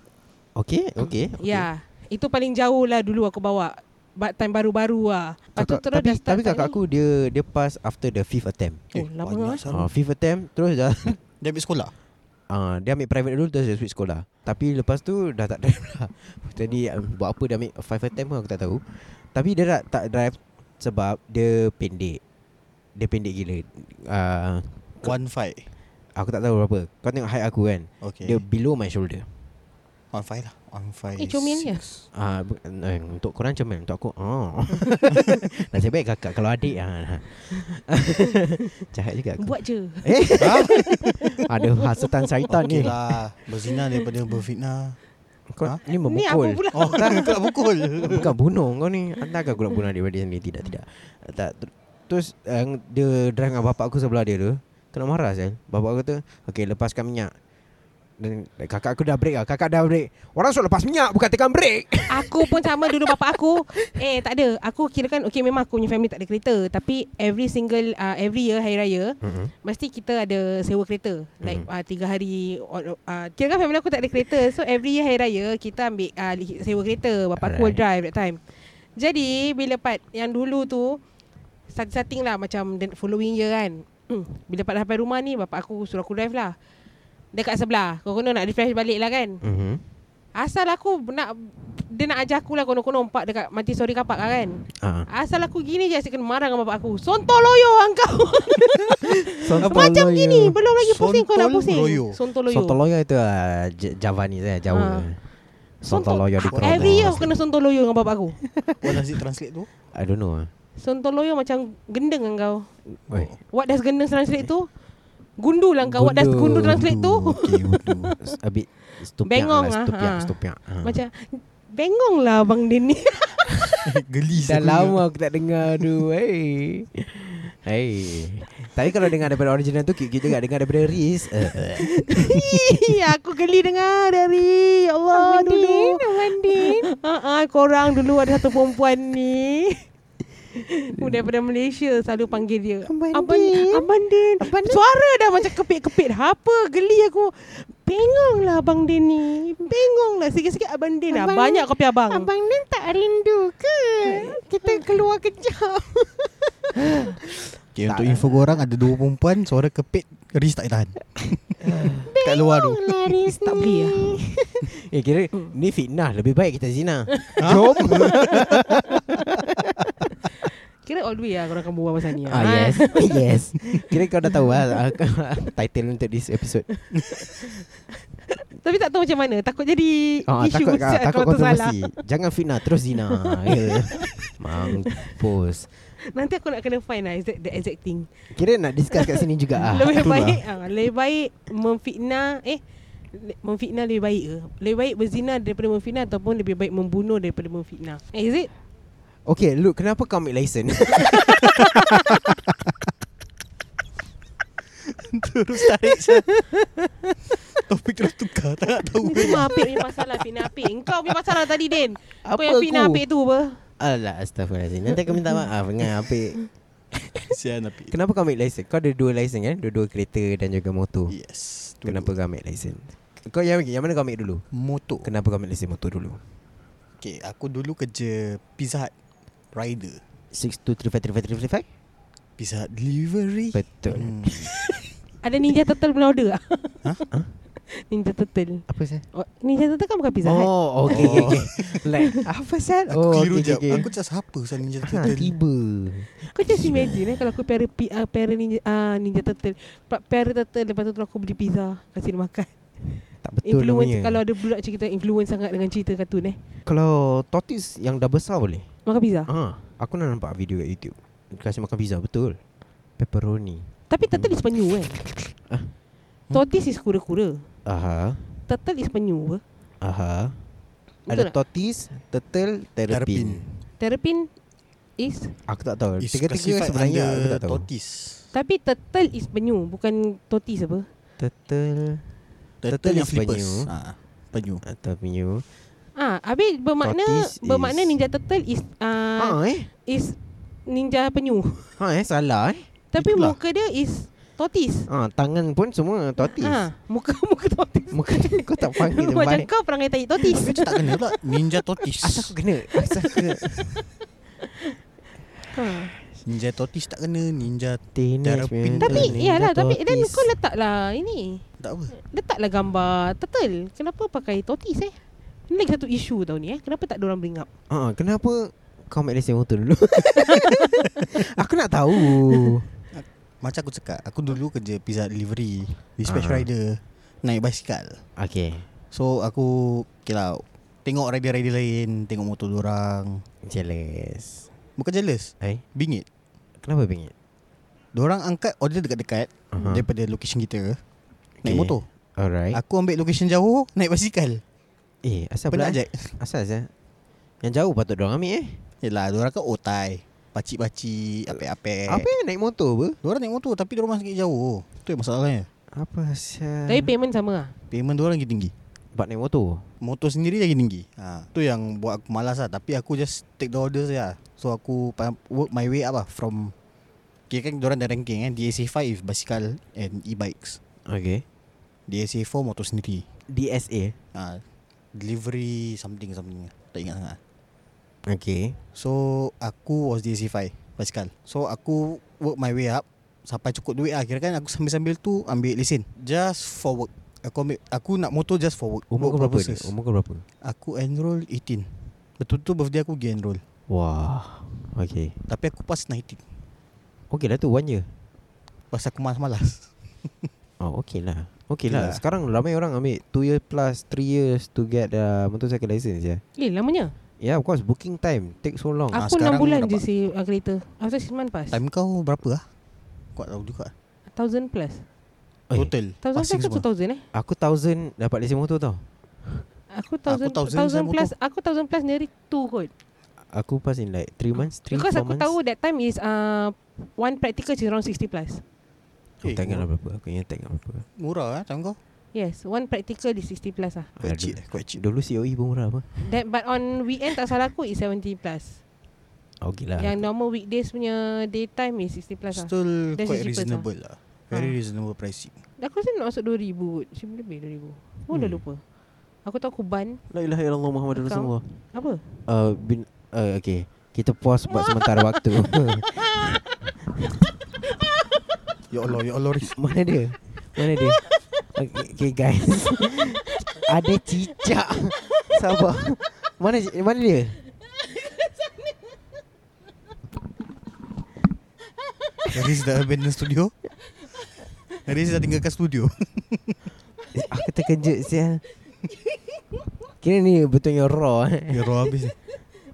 Speaker 1: Okay Okay,
Speaker 2: okay.
Speaker 1: okay.
Speaker 2: Ya Itu paling jauh lah dulu aku bawa Ba- Time baru-baru lah Lepas tu
Speaker 1: Kakak,
Speaker 2: terus
Speaker 1: tapi,
Speaker 2: dah start
Speaker 1: tapi kakak
Speaker 2: time
Speaker 1: aku dia dia pass after the fifth attempt.
Speaker 2: Oh, lama
Speaker 3: banyak
Speaker 2: eh.
Speaker 3: sah.
Speaker 1: Ah, fifth attempt terus dah
Speaker 3: Dia ambil sekolah
Speaker 1: ah dia ambil private dulu terus dia switch sekolah. Tapi lepas tu dah tak drive lah. Tadi um, buat apa dia ambil five attempt pun aku tak tahu. Tapi dia tak, tak drive sebab dia pendek. Dia pendek gila. Uh,
Speaker 3: One five
Speaker 1: aku tak tahu berapa. Kau tengok height aku kan.
Speaker 3: Okay
Speaker 1: Dia below my shoulder.
Speaker 3: One five lah One five
Speaker 2: Eh, comel ni.
Speaker 3: six.
Speaker 1: Ah, bu- eh, untuk korang macam mana? Untuk aku oh. Nasib baik kakak Kalau adik ah. Jahat juga aku
Speaker 2: Buat je
Speaker 1: Eh
Speaker 3: Ha?
Speaker 1: Ada hasutan syaitan
Speaker 3: Okey
Speaker 1: ni
Speaker 3: lah Berzina daripada berfitnah
Speaker 1: Kau
Speaker 3: Ha?
Speaker 1: ni
Speaker 2: Ni apa
Speaker 1: memukul
Speaker 2: pula
Speaker 3: Oh tak nak pukul
Speaker 1: Bukan bunuh kau ni Hantar kau nak bunuh daripada dia sendiri Tidak tidak Tak ter- Terus eh, Dia drive dengan bapak aku sebelah dia tu Kena marah saya Bapak aku kata Okay lepaskan minyak dan kakak aku dah break lah Kakak dah break Orang suruh lepas minyak Bukan tekan break
Speaker 2: Aku pun sama dulu bapa aku Eh tak ada Aku kirakan Okay memang aku punya family tak ada kereta Tapi every single uh, Every year Hari Raya
Speaker 1: mm-hmm.
Speaker 2: Mesti kita ada sewa kereta Like mm. uh, tiga hari on- uh, Kira kan family aku tak ada kereta So every year hari raya Kita ambil uh, li- sewa kereta Bapak aku will drive that time Jadi bila part yang dulu tu Starting-starting lah Macam the following year kan Hmm, Bila part dah sampai rumah ni Bapak aku suruh aku drive lah Dekat sebelah Kau kena nak refresh balik lah kan
Speaker 1: Mm-hmm.
Speaker 2: Asal aku nak Dia nak ajar aku lah Kono-kono empat dekat Mati sorry kapak lah kan
Speaker 1: Ah.
Speaker 2: Asal aku gini je Asyik kena marah dengan bapak aku Sontol loyo engkau macam gini Belum lagi pusing Kau nak
Speaker 3: Sontol
Speaker 2: pusing
Speaker 3: loyo.
Speaker 2: Sontoloyo
Speaker 1: Sontoloyo itu uh, Javanese eh, Jawa.
Speaker 2: Ah.
Speaker 1: Uh. Sontoloyo di Kelantan.
Speaker 2: Every year aku kena sontoloyo Dengan bapak aku
Speaker 3: What does it translate tu?
Speaker 1: I don't know. ah.
Speaker 2: Sontoloyo macam Gendeng dengan kau
Speaker 1: Oi.
Speaker 2: What does gendeng translate tu Gundu lah kau What does gundu Ha. translate
Speaker 1: Oh.
Speaker 2: tu
Speaker 3: Oh,
Speaker 1: Okay, wudu. A bit stupiak
Speaker 2: Bengong
Speaker 1: lah,
Speaker 2: ah,
Speaker 1: stupiak,
Speaker 2: ha.
Speaker 1: stupiak. Ha.
Speaker 2: Macam Bengong lah abang dia ni
Speaker 3: Geli
Speaker 1: Dah lama aku tak dengar tu. Hey. Hey. Tapi kalau dengar daripada original tu cute juga dengar daripada Riz. Uh,
Speaker 2: Ih, Aku geli dengar dari Ya
Speaker 4: Oh,
Speaker 2: Allah dulu
Speaker 4: Mandin
Speaker 2: Ah, ah, korang dulu ada satu perempuan ni. Oh, daripada Malaysia selalu panggil dia.
Speaker 4: Abang
Speaker 2: Abang,
Speaker 4: Din.
Speaker 2: Abang Din.
Speaker 4: Abang Din.
Speaker 2: Suara dah macam kepit-kepit. Apa geli aku. Bengong lah Abang Din ni. Bengong lah. Sikit-sikit Abang Din lah.
Speaker 4: Abang-
Speaker 2: Banyak kopi abang. abang.
Speaker 4: Abang Nan tak rindu ke Kita keluar kejap
Speaker 3: Okay, untuk info korang ada dua perempuan suara kepit Riz tak tahan. Kat luar tu.
Speaker 4: Laris
Speaker 2: Tak
Speaker 4: ni
Speaker 2: boleh lah.
Speaker 1: eh kira ni fitnah lebih baik kita zina.
Speaker 3: Ha?
Speaker 1: Jom.
Speaker 2: Kira all the way lah korang akan berbual pasal ni.
Speaker 1: ah yes.
Speaker 2: ha.
Speaker 1: ah, yes. Kira kau dah tahu lah ah, title untuk this episode.
Speaker 2: Tapi tak tahu macam mana Takut jadi
Speaker 1: Ah,
Speaker 2: Isu
Speaker 1: takut kau,
Speaker 2: besar
Speaker 1: takut
Speaker 2: kalau tersalah.
Speaker 1: kontroversi. Jangan fitnah terus zina. Ya. Mampus.
Speaker 2: Nanti aku nak kena find lah exact, The exact thing
Speaker 1: Kira nak discuss kat sini juga ah.
Speaker 2: Lebih
Speaker 3: itulah.
Speaker 2: baik ah, Lebih baik Memfitnah Eh le- Memfitnah lebih baik ke? Lebih baik berzina daripada memfitnah Ataupun lebih baik membunuh daripada memfitnah Eh is it?
Speaker 1: Okay, look, kenapa kau ambil license?
Speaker 3: Terus tarik saya. Topik terus tukar Tak nak tahu
Speaker 2: Itu mah Apik punya masalah Fitnah Apik Engkau punya masalah tadi Din Kau
Speaker 1: Apa
Speaker 2: yang fitnah
Speaker 1: aku?
Speaker 2: Apik tu apa?
Speaker 1: Alah, astagfirullahaladzim. Nanti aku minta maaf dengan Apik.
Speaker 3: Sian lah, api
Speaker 1: Kenapa kau ambil license? Kau ada dua license kan? Dua-dua kereta dan juga motor.
Speaker 3: Yes tu
Speaker 1: Kenapa kau ambil license? Kau yang, yang mana kau ambil dulu?
Speaker 3: Motor
Speaker 1: Kenapa kau ambil license motor dulu?
Speaker 3: Okay aku dulu kerja Pizza Hut Rider
Speaker 1: 6235355
Speaker 3: Pizza Hut delivery
Speaker 1: Betul.
Speaker 3: Hmm.
Speaker 2: Ada Ninja Turtle punya order tak?
Speaker 3: Ha?
Speaker 2: Ninja Turtle
Speaker 1: Apa sah?
Speaker 2: oh, Ninja Turtle kan bukan Pizza Hut
Speaker 1: Oh, okay.
Speaker 3: Oh.
Speaker 1: okay. like, apa sah?
Speaker 3: Aku
Speaker 1: Oh,
Speaker 3: keliru
Speaker 1: okay,
Speaker 3: jap
Speaker 1: okay.
Speaker 3: Aku cakap siapa Pasal Ninja
Speaker 1: Ha,
Speaker 3: Turtle
Speaker 1: tiba.
Speaker 2: Kau just imagine eh Kalau aku para, uh, para ninja, uh, ninja Turtle pa- Para Turtle Lepas tu, tu aku beli pizza Kasih dia makan
Speaker 1: Tak betul
Speaker 2: Influence
Speaker 1: namanya.
Speaker 2: Kalau ada bulat macam kita Influence sangat dengan cerita kartun eh
Speaker 1: kalau tortoise yang dah besar boleh?
Speaker 2: Makan pizza
Speaker 1: Ah, aku nak nampak video kat YouTube. Kasih makan pizza betul. Pepperoni.
Speaker 2: Tapi turtle is penyu kan
Speaker 1: Ah.
Speaker 2: Tortoise is kura-kura
Speaker 1: Aha.
Speaker 2: Turtle is penyu eh. apa
Speaker 1: Aha.
Speaker 2: Betul
Speaker 1: Ada
Speaker 2: tak?
Speaker 1: tortoise, turtle, terrapin.
Speaker 3: Terrapin
Speaker 2: Terrapin is
Speaker 1: Aku tak tahu.
Speaker 3: Is
Speaker 1: Tiga-tiga
Speaker 3: classified
Speaker 1: sebenarnya
Speaker 3: under
Speaker 1: aku tak tahu.
Speaker 3: Tortoise
Speaker 2: Tapi turtle is penyu Bukan tortoise apa
Speaker 1: Turtle Turtle
Speaker 3: Turtle yang
Speaker 1: is
Speaker 3: flippers
Speaker 1: penyu.
Speaker 3: ha, Penyu
Speaker 1: atau penyu.
Speaker 2: Ah, habis bermakna
Speaker 1: Tortoise is-
Speaker 2: bermakna ninja turtle is
Speaker 1: Ha
Speaker 2: uh,
Speaker 1: eh.
Speaker 2: is ninja penyu.
Speaker 1: Ha eh salah eh.
Speaker 2: Tapi
Speaker 3: Itulah.
Speaker 2: muka dia is tortoise.
Speaker 1: Ha tangan pun semua tortoise.
Speaker 2: Ah, muka muka tortoise.
Speaker 1: Muka kau tak panggil dia
Speaker 2: Macam
Speaker 1: baik.
Speaker 2: kau perangai tai tortoise.
Speaker 3: Tapi tak kena pula Ninja Tortoise
Speaker 1: Asal aku kena? Asal aku kena?
Speaker 2: ha.
Speaker 3: Ninja Tortoise tak kena Ninja
Speaker 1: Teenage
Speaker 3: Tapi,
Speaker 1: Mutant
Speaker 2: Tapi
Speaker 1: Ninja
Speaker 2: iyalah tapi dan
Speaker 1: Tortoise.
Speaker 2: kau letaklah ini.
Speaker 3: Tak apa
Speaker 2: Letaklah gambar turtle. Kenapa pakai tortoise eh? Ini lagi satu isu tau ni eh. Kenapa tak dorang bring up?
Speaker 1: Ha kenapa kau ambil lesen motor dulu? aku nak tahu.
Speaker 3: Macam aku cakap Aku dulu kerja pizza Hut delivery Dispatch
Speaker 1: Ah.
Speaker 3: rider Naik basikal
Speaker 1: Okay.
Speaker 3: So aku Okay lah Tengok rider-rider lain Tengok motor orang
Speaker 1: Jealous.
Speaker 3: Bukan jealous
Speaker 1: Eh,
Speaker 3: Bingit
Speaker 1: kenapa bingit?
Speaker 3: Diorang angkat order dekat-dekat
Speaker 1: Aha.
Speaker 3: uh-huh. Daripada location kita
Speaker 1: Okay.
Speaker 3: Naik motor
Speaker 1: Alright.
Speaker 3: Aku ambil location jauh Naik basikal
Speaker 1: eh, asal pula?
Speaker 3: Penat je
Speaker 1: Asal asal. Yang jauh patut dia ambil eh.
Speaker 3: Yelah diorang kan otai Pacik-pacik Apek-apek
Speaker 1: Apa yang naik motor apa?
Speaker 3: Diorang naik motor Tapi diorang sakit jauh Itu yang masalahnya
Speaker 1: Apa
Speaker 3: Hmm.
Speaker 1: asal?
Speaker 2: Tapi payment sama ah.
Speaker 3: Payment diorang lagi tinggi
Speaker 1: Buat naik motor.
Speaker 3: Motor sendiri lagi tinggi ha. Tu yang buat aku malas lah Tapi aku just take the order saja So aku pa- work my way up lah From Kira kan diorang dah ranking kan DSA5 Basikal and e-bikes
Speaker 1: Okay.
Speaker 3: DSA4 motor sendiri
Speaker 1: DSA.
Speaker 3: ha. Delivery something something Tak ingat sangat
Speaker 1: Okay.
Speaker 3: So aku was DSA5 Basikal So aku work my way up Sampai cukup duit lah Kira kan aku sambil-sambil tu Ambil lesen Just for work Aku ambil Aku nak motor just for work
Speaker 1: Umur
Speaker 3: Work
Speaker 1: kau berapa ni?
Speaker 3: purposes.
Speaker 1: Umur kau berapa?
Speaker 3: Aku enroll 18 Betul-betul birthday aku pergi enroll
Speaker 1: Wah. Okay.
Speaker 3: Tapi aku pas 19
Speaker 1: Okay lah tu one year.
Speaker 3: Pas aku malas-malas
Speaker 1: Oh okay lah. Okay lah.
Speaker 3: Okey lah.
Speaker 1: Sekarang ramai orang ambil 2 year plus 3 years to get uh, motorcycle license ya.
Speaker 2: Eh, lamanya.
Speaker 1: Yeah of course booking time take so long.
Speaker 3: Ah,
Speaker 2: Aku 6
Speaker 3: sekarang
Speaker 2: bulan je
Speaker 3: dapat.
Speaker 2: si uh, kereta. After 6 months pass.
Speaker 3: Time kau berapa lah? Kau tak tahu juga
Speaker 2: 1000 plus.
Speaker 1: Oi,
Speaker 3: Total
Speaker 2: Thousand
Speaker 3: Passing
Speaker 2: plus aku
Speaker 3: semua
Speaker 2: thousand eh
Speaker 1: Aku 1000 dapat lesen motor tau.
Speaker 2: Aku thousand,
Speaker 3: thousand
Speaker 2: thousand
Speaker 3: saya
Speaker 2: plus Aku thousand plus nearly two kot
Speaker 1: Aku pas in like 3 months, 3
Speaker 2: Because
Speaker 1: 4
Speaker 2: aku
Speaker 1: months.
Speaker 2: tahu that time is uh, One practical is around 60 plus
Speaker 1: Aku
Speaker 3: Eh,
Speaker 1: tak ingat lah berapa. Aku ingat tak ingat berapa.
Speaker 3: Murah lah time kau
Speaker 2: Yes One practical is 60 plus lah
Speaker 3: Quite
Speaker 1: Aduh.
Speaker 3: cheap eh, Quite cheap
Speaker 1: Dulu COE pun murah apa?
Speaker 2: that, But on weekend tak salah aku is 70 plus
Speaker 1: Okey lah.
Speaker 2: Yang normal weekdays punya daytime is 60 plus lah
Speaker 3: Ya. Still
Speaker 2: That's
Speaker 3: quite
Speaker 2: the cheapest
Speaker 3: reasonable lah Very
Speaker 2: Ha.
Speaker 3: reasonable pricing
Speaker 2: Aku rasa nak masuk 2000 kot Macam lebih 2000 Aku dah
Speaker 1: Hmm.
Speaker 2: lupa Aku tahu aku ban
Speaker 1: La ilaha illallah Muhammadur
Speaker 2: Kau-
Speaker 1: Rasulullah.
Speaker 2: Apa?
Speaker 1: Uh, bin, uh, okay. Kita pause buat sementara waktu.
Speaker 3: Ya Allah Ya Allah
Speaker 1: Mana dia? Mana dia? Okay, okay guys. Ada cicak. Sabar. Mana ci- mana dia?
Speaker 3: Riz dah abandon studio Riz dah tinggalkan studio
Speaker 1: Aku terkejut sial Kira ni betul yang raw eh.
Speaker 3: Ya roh habis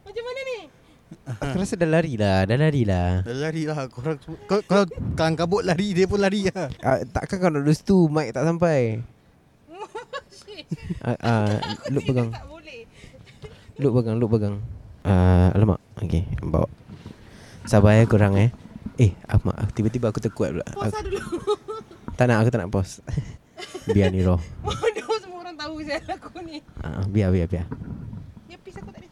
Speaker 2: Macam mana ni?
Speaker 1: Aku rasa dah lari lah Dah lari lah
Speaker 3: Dah lari lah korang semua. Kau, kau kalang kabut lari Dia pun lari lah
Speaker 1: uh, Takkan kau nak duduk situ Mic tak sampai uh, uh, Luk pegang
Speaker 2: Tak boleh.
Speaker 1: Luk pegang Luk pegang uh, Alamak Okay Bawa Sabar eh korang eh Eh alamak aku- Tiba-tiba aku terkuat pula aku,
Speaker 2: Pause lah dulu.
Speaker 1: Tak nak aku tak nak pause Biar ni raw
Speaker 2: Bodoh semua orang tahu saya aku ni.
Speaker 1: uh, Biar biar biar
Speaker 2: Earpiece aku tak ada.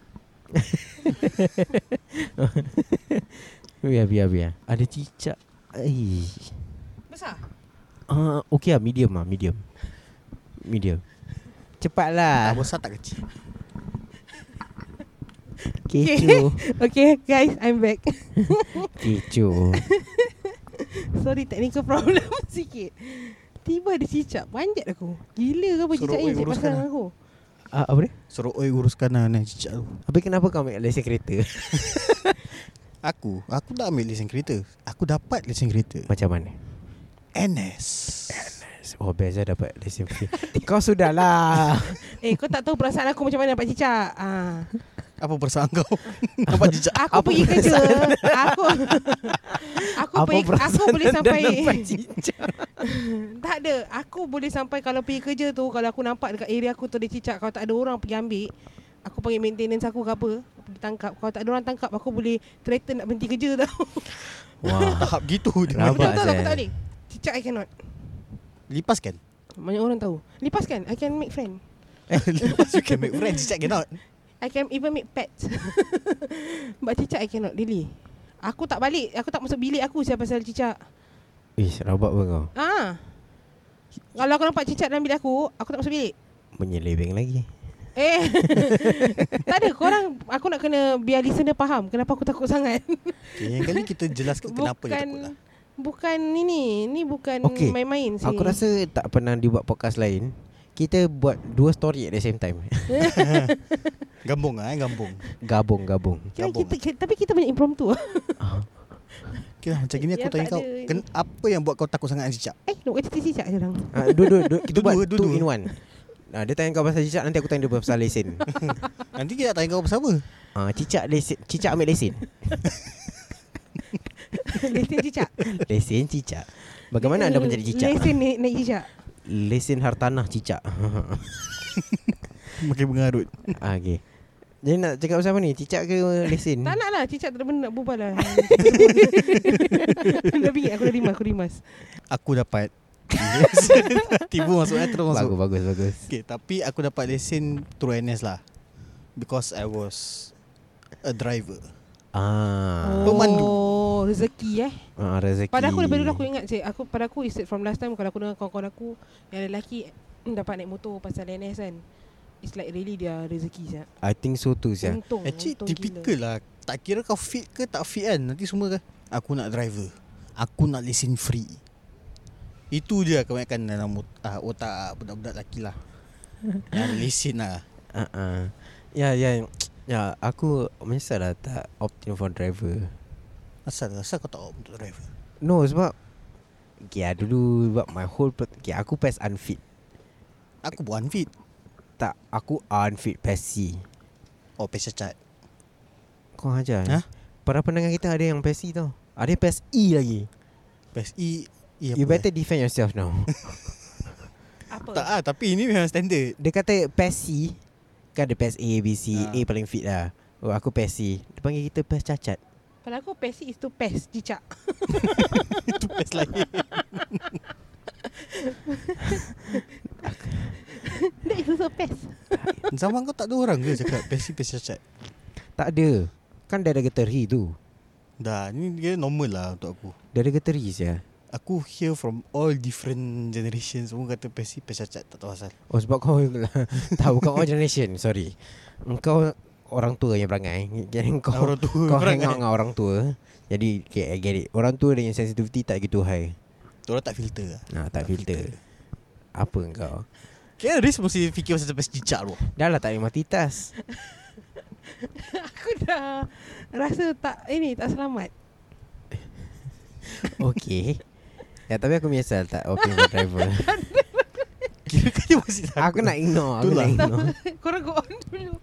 Speaker 1: Biar biar biar Ada cicak Ay.
Speaker 2: Besar?
Speaker 1: Uh, okay lah medium lah medium Medium Cepatlah
Speaker 2: Ah.
Speaker 3: Tak besar tak kecil
Speaker 1: Kecoh
Speaker 2: Okay guys, I'm back.
Speaker 1: Kecoh
Speaker 2: Sorry technical problem sikit. Tiba ada cicak Panjat aku Gila ke apa
Speaker 3: Suruh
Speaker 2: cicak ni
Speaker 3: oi
Speaker 2: Cik
Speaker 3: uruskan
Speaker 2: pasang
Speaker 3: lah.
Speaker 2: aku
Speaker 1: uh, Apa dia?
Speaker 3: Suruh oi uruskan lah ni cicak tu
Speaker 1: Habis kenapa kau ambil lesen kereta?
Speaker 3: Aku Aku dah ambil lesen kereta Aku dapat lesen kereta
Speaker 1: Macam mana?
Speaker 3: NS
Speaker 1: Oh best lah dapat lesen free Kau lah. sudahlah
Speaker 2: Eh kau tak tahu perasaan aku Macam mana dapat cicak ah.
Speaker 3: Apa perasaan kau Dapat cicak
Speaker 2: Aku
Speaker 1: Apa
Speaker 2: pergi kerja Aku Aku
Speaker 1: Apa
Speaker 2: pergi Aku
Speaker 1: perasaan
Speaker 2: boleh
Speaker 1: anda
Speaker 2: sampai
Speaker 1: dapat cicak?
Speaker 2: Tak ada Aku boleh sampai Kalau pergi kerja tu Kalau aku nampak dekat area aku tu Ada cicak Kalau tak ada orang pergi ambil Aku panggil maintenance aku ke apa Pergi tangkap Kalau tak ada orang tangkap Aku boleh threaten nak berhenti kerja tau
Speaker 1: Wah
Speaker 3: Tahap gitu dia
Speaker 1: Rabak,
Speaker 2: Betul-betul aku
Speaker 1: Zain.
Speaker 2: tak boleh Cicak I cannot
Speaker 3: Lipas kan
Speaker 2: Banyak orang tahu Lipas kan I can make friend
Speaker 3: Lipas you can make friends Cicak cannot
Speaker 2: I can even make pets But cicak I cannot really Aku tak balik Aku tak masuk bilik aku Siapa pasal cicak
Speaker 1: Ish rabak pun kau
Speaker 2: Ah, Kalau aku nampak cicak dalam bilik aku Aku tak masuk bilik
Speaker 1: Menyelebeng lagi
Speaker 2: Eh Tak ada korang Aku nak kena Biar listener faham Kenapa aku takut sangat
Speaker 3: okay, Yang kali kita jelaskan kenapa dia takut lah
Speaker 2: Bukan ini Ni bukan
Speaker 1: Okey.
Speaker 2: main-main sih.
Speaker 1: Aku rasa tak pernah dibuat podcast lain Kita buat dua story at the same time
Speaker 3: Gambung lah eh gambung
Speaker 1: Gabung gabung
Speaker 2: Kira
Speaker 3: gabung
Speaker 2: kita, kita, Tapi kita punya impromptu
Speaker 3: Okay lah macam gini aku
Speaker 2: Yang Ya, tak
Speaker 3: tanya kau
Speaker 2: ada
Speaker 3: ken, Apa yang buat kau takut sangat dengan cicak
Speaker 2: Eh nak buat cerita cicak je orang
Speaker 1: uh, Dua dua dua Kita buat
Speaker 3: Dua, dua,
Speaker 1: two
Speaker 3: dua.
Speaker 1: in one Ah, dia tanya kau pasal cicak Nanti aku tanya dia pasal lesen
Speaker 3: Nanti kita tanya kau pasal apa
Speaker 1: Ah, Cicak lesen Cicak ambil lesen
Speaker 2: Lesen cicak
Speaker 1: Lesen cicak Bagaimana anda menjadi cicak?
Speaker 2: Lesen naik, naik cicak
Speaker 1: Lesen hartanah cicak
Speaker 3: Makin mengarut
Speaker 1: ah, okay. Jadi nak cakap pasal apa ni? Cicak ke lesen?
Speaker 2: Tak nak lah Cicak tak ada benda nak berbual lah Dah bingit aku dah rimas Aku rimas
Speaker 3: Aku dapat Tiba masuknya terus masuk
Speaker 1: Bagus, bagus, bagus
Speaker 3: Okay, tapi aku dapat lesen through NS lah. Because I was a driver.
Speaker 1: Ah,
Speaker 3: Pemandu.
Speaker 2: Oh rezeki eh
Speaker 1: ah rezeki
Speaker 2: Pada aku daripada dulu aku ingat je aku, Pada aku is it from last time Kalau aku dengan kawan-kawan aku Yang lelaki mm, Dapat naik motor pasal NS kan It's like really dia rezeki je
Speaker 1: I think so too Syah
Speaker 2: Untung
Speaker 3: Actually
Speaker 2: untung
Speaker 3: typical lah. Tak kira kau fit ke tak fit kan. Nanti semua kan. Aku nak driver. Aku nak lesen free. Itu je lah kebanyakan dalam ot- ah, otak budak-budak lelaki lah. Yang lesen lah.
Speaker 1: uh uh. Ya, ya Ya, aku menyesal lah tak opt in for driver
Speaker 3: Asal, asal kau tak opt untuk driver?
Speaker 1: No, sebab Okay, ah, dulu sebab my whole plat- Okay, aku PES unfit
Speaker 3: Aku bukan fit.
Speaker 1: Tak, aku unfit PES C
Speaker 3: Oh, pesa cat.
Speaker 1: Kau ajar eh?
Speaker 3: Ha?
Speaker 1: Para pendengar kita ada yang PES C tau Ada yang PES E lagi
Speaker 3: Pes E. E
Speaker 1: You
Speaker 3: apa
Speaker 1: better defend yourself now
Speaker 2: gila. Apa
Speaker 3: eh? Tak ah, tapi ini memang standard.
Speaker 1: Dia kata PES C Kan ada PES A, B, C
Speaker 3: Ah.
Speaker 1: A paling fit lah Oh, aku PES C Dia panggil kita PES cacat
Speaker 2: Pada aku pesi is to pes Cicak
Speaker 3: Itu pes lain.
Speaker 2: That is also pes
Speaker 3: Zaman kau tak ada orang ke cakap pes E, pes cat?
Speaker 1: Tak ada Kan dia ada geteri tu
Speaker 3: Dah, ni dia normal lah untuk aku.
Speaker 1: Dia ada geteri je
Speaker 3: Aku hear from all different generations Semua kata Pesi pescacat tak tahu asal
Speaker 1: Oh sebab kau Tak bukan all generation Sorry Engkau orang tua yang perangai Jadi kau
Speaker 3: Orang tua
Speaker 1: Kau hang
Speaker 3: perangai.
Speaker 1: out dengan orang tua Jadi okay, I get it Orang tua dengan sensitivity tak gitu high
Speaker 3: Diorang tak filter lah
Speaker 1: nah, Tak filter Apa engkau
Speaker 3: Kira Riz mesti fikir pasal pescacat tu
Speaker 1: Dah lah tak boleh multitask
Speaker 2: Aku dah Rasa tak Ini tak selamat
Speaker 1: Okay Ya tapi aku menyesal tak Okay for driver
Speaker 3: Kira kau masih takut.
Speaker 1: Aku nak ignore Aku
Speaker 3: Itulah.
Speaker 1: nak ignore
Speaker 2: Korang go on dulu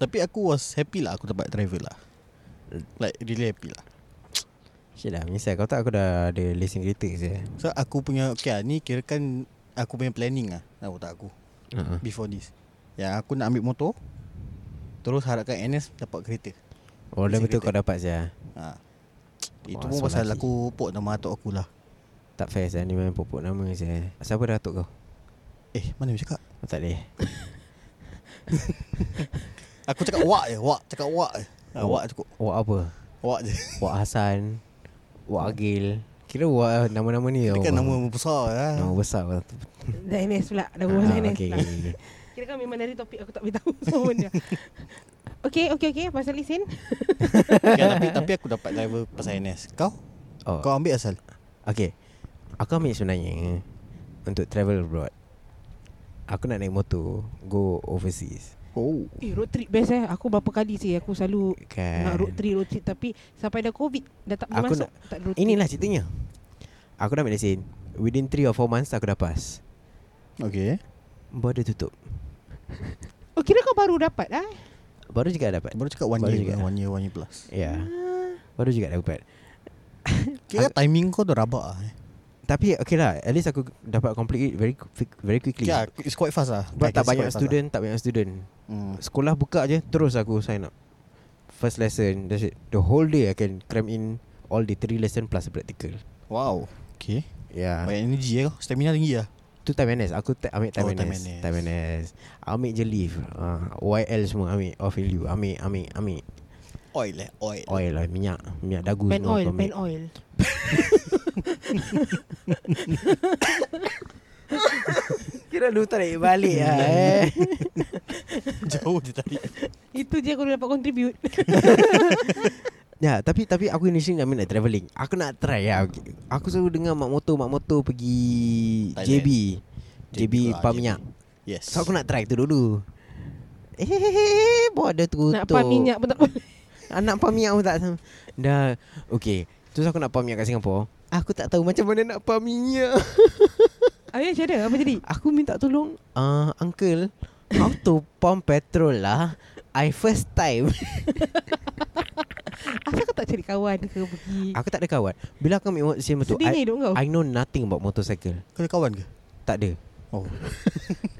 Speaker 3: Tapi aku was happy lah Aku dapat travel lah Like really happy lah
Speaker 1: Shit lah Misal kau tak aku dah Ada lesen kereta je
Speaker 3: So aku punya Okay lah ni kira kan Aku punya planning lah Tahu tak aku
Speaker 1: uh-huh.
Speaker 3: Before this Ya aku nak ambil motor Terus harapkan NS dapat kereta
Speaker 1: Oh dalam
Speaker 3: Lesen
Speaker 1: betul kau
Speaker 3: kereta.
Speaker 1: dapat je
Speaker 3: ha. Itu
Speaker 1: Wah,
Speaker 3: pun
Speaker 1: so
Speaker 3: pasal
Speaker 1: lucky.
Speaker 3: aku Pok nama atuk aku lah
Speaker 1: Tak fair saya Ni memang pokok nama je Siapa dah atuk kau?
Speaker 3: Eh mana dia cakap
Speaker 1: Oh, tak boleh
Speaker 3: Aku cakap wak je Wak Cakap wak je ha, Wak cukup
Speaker 1: Wak apa?
Speaker 3: Wak je
Speaker 1: Wak Hasan Wak Agil Kira wak eh, Nama-nama ni
Speaker 3: Dia
Speaker 1: tau.
Speaker 3: kan nama besar lah
Speaker 1: Nama besar kau tu.
Speaker 2: Dah NS pula Dah berbual
Speaker 1: Ah,
Speaker 2: pasal NS
Speaker 1: okay,
Speaker 2: pula
Speaker 1: okay, okay.
Speaker 2: Kira kan memang dari topik Aku tak beritahu semua benda Okay okay okay Pasal lesen
Speaker 3: okay, Ya, tapi, tapi aku dapat driver pasal NS Kau?
Speaker 1: Oh,
Speaker 3: Kau ambil asal?
Speaker 1: okay. Aku ambil sebenarnya eh, Untuk travel abroad Aku nak naik motor Go overseas
Speaker 3: Oh
Speaker 2: Eh road trip best eh Aku berapa kali sih Aku selalu
Speaker 1: Kan
Speaker 2: Nak road trip road trip Tapi sampai dah covid Dah tak boleh
Speaker 1: Aku
Speaker 2: masuk
Speaker 1: nak-
Speaker 2: Tak ada road trip
Speaker 1: Kan? Inilah ceritanya Aku dah ambil lesen Within 3 or 4 months Aku dah pass
Speaker 3: Okay
Speaker 1: Border tutup
Speaker 2: Oh kira kau baru dapat ah?
Speaker 1: Baru juga dapat
Speaker 3: Baru cakap one
Speaker 1: Baru
Speaker 3: year
Speaker 1: juga.
Speaker 3: juga. One year, one year plus
Speaker 1: Ya yeah. Baru juga dapat
Speaker 3: Kira timing kau tu rabak lah eh.
Speaker 1: Tapi okay lah At least aku dapat complete it Very quick- very quickly
Speaker 3: Kira it's quite fast lah
Speaker 1: Sebab
Speaker 3: Like,
Speaker 1: tak
Speaker 3: it's
Speaker 1: banyak
Speaker 3: quite fast
Speaker 1: student Tak banyak student
Speaker 3: lah. Hmm.
Speaker 1: Sekolah buka je Terus aku sign up First lesson That's it The whole day I can cram in All the three lesson Plus practical
Speaker 3: Wow Okay
Speaker 1: Yeah
Speaker 3: Banyak energy eh kau Stamina tinggi lah
Speaker 1: Tu time NS Aku ta- ambil time,
Speaker 3: Oh,
Speaker 1: NS.
Speaker 3: time
Speaker 1: time
Speaker 3: NS.
Speaker 1: NS Time NS Ambil je leave uh, YL semua Ambil Off in lieu Ambil Ambil Ambil
Speaker 3: Oil eh Oil
Speaker 1: Oil lah Minyak Minyak dagu
Speaker 2: Pen
Speaker 1: semua
Speaker 2: oil
Speaker 1: aku ambil.
Speaker 2: Pen oil
Speaker 1: Kira lu tarik balik lah eh
Speaker 3: Jauh dia tadi
Speaker 2: Itu je aku dapat contribute
Speaker 1: Ya tapi tapi aku initially nak minat travelling Aku nak try lah Okay. Aku selalu dengar mak motor Mak motor pergi
Speaker 3: Thailand.
Speaker 1: JB JB
Speaker 3: Ah,
Speaker 1: pam minyak
Speaker 3: Yes
Speaker 1: So aku nak try tu dulu Eh border tutup
Speaker 2: Nak pam minyak pun tak boleh
Speaker 1: Ah, Nak pam minyak pun tak sama Dah Okay Terus aku nak pam minyak kat Singapore Aku tak tahu macam mana nak pam minyak
Speaker 2: Ayah macam mana Apa jadi
Speaker 1: Aku minta tolong uh, Uncle How to pump petrol lah I first time
Speaker 2: Asal kau tak cari kawan ke pergi
Speaker 1: Aku tak ada kawan Bila aku ambil motor Same tu
Speaker 2: Sedihnya
Speaker 1: I,
Speaker 2: hidup kau
Speaker 1: I know nothing about motorcycle
Speaker 3: Kau ada kawan ke?
Speaker 1: Tak ada
Speaker 3: Oh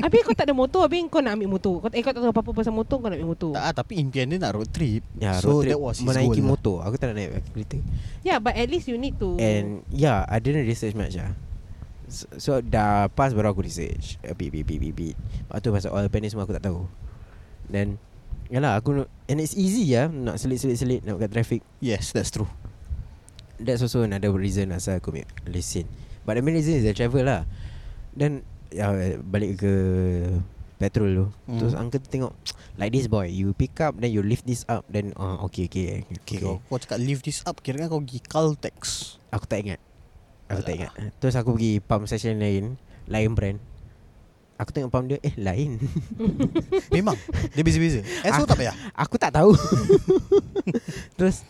Speaker 2: Habis kau tak ada motor Habis kau nak ambil motor kau, Eh kau tak tahu apa-apa pasal motor Kau nak ambil motor
Speaker 3: Tak ah, tapi impian dia nak road trip
Speaker 1: Ya,
Speaker 3: So
Speaker 1: road trip
Speaker 3: that was his
Speaker 1: menaiki
Speaker 3: goal lah.
Speaker 1: motor. Aku tak nak naik kereta.
Speaker 2: Yeah Ya, but at least you need to
Speaker 1: And yeah, I didn't research much lah. So, so dah pass baru aku research. A bit, bit, bit, bit, bit. Lepas tu pasal oil pan ni semua aku tak tahu. Then, yalah aku, and it's easy lah nak selit-selit-selit nak kat traffic.
Speaker 3: Yes that's true
Speaker 1: That's also another reason asal aku ambil lesen But the main reason is the travel lah Then uh, balik ke petrol tu
Speaker 3: Hmm.
Speaker 1: mm. Terus uncle tu tengok Like this boy You pick up Then you lift this up Then uh, okay, okay
Speaker 3: Okay, Kau, kau cakap leave this up Kira kan kau pergi Caltex
Speaker 1: Aku tak ingat Aku tak
Speaker 3: Alah.
Speaker 1: ingat Terus aku pergi pump session lain Lain brand Aku tengok pump dia Eh lain
Speaker 3: Memang Dia beza-beza Eh,
Speaker 1: Ah.
Speaker 3: SO tak payah
Speaker 1: Aku tak tahu Terus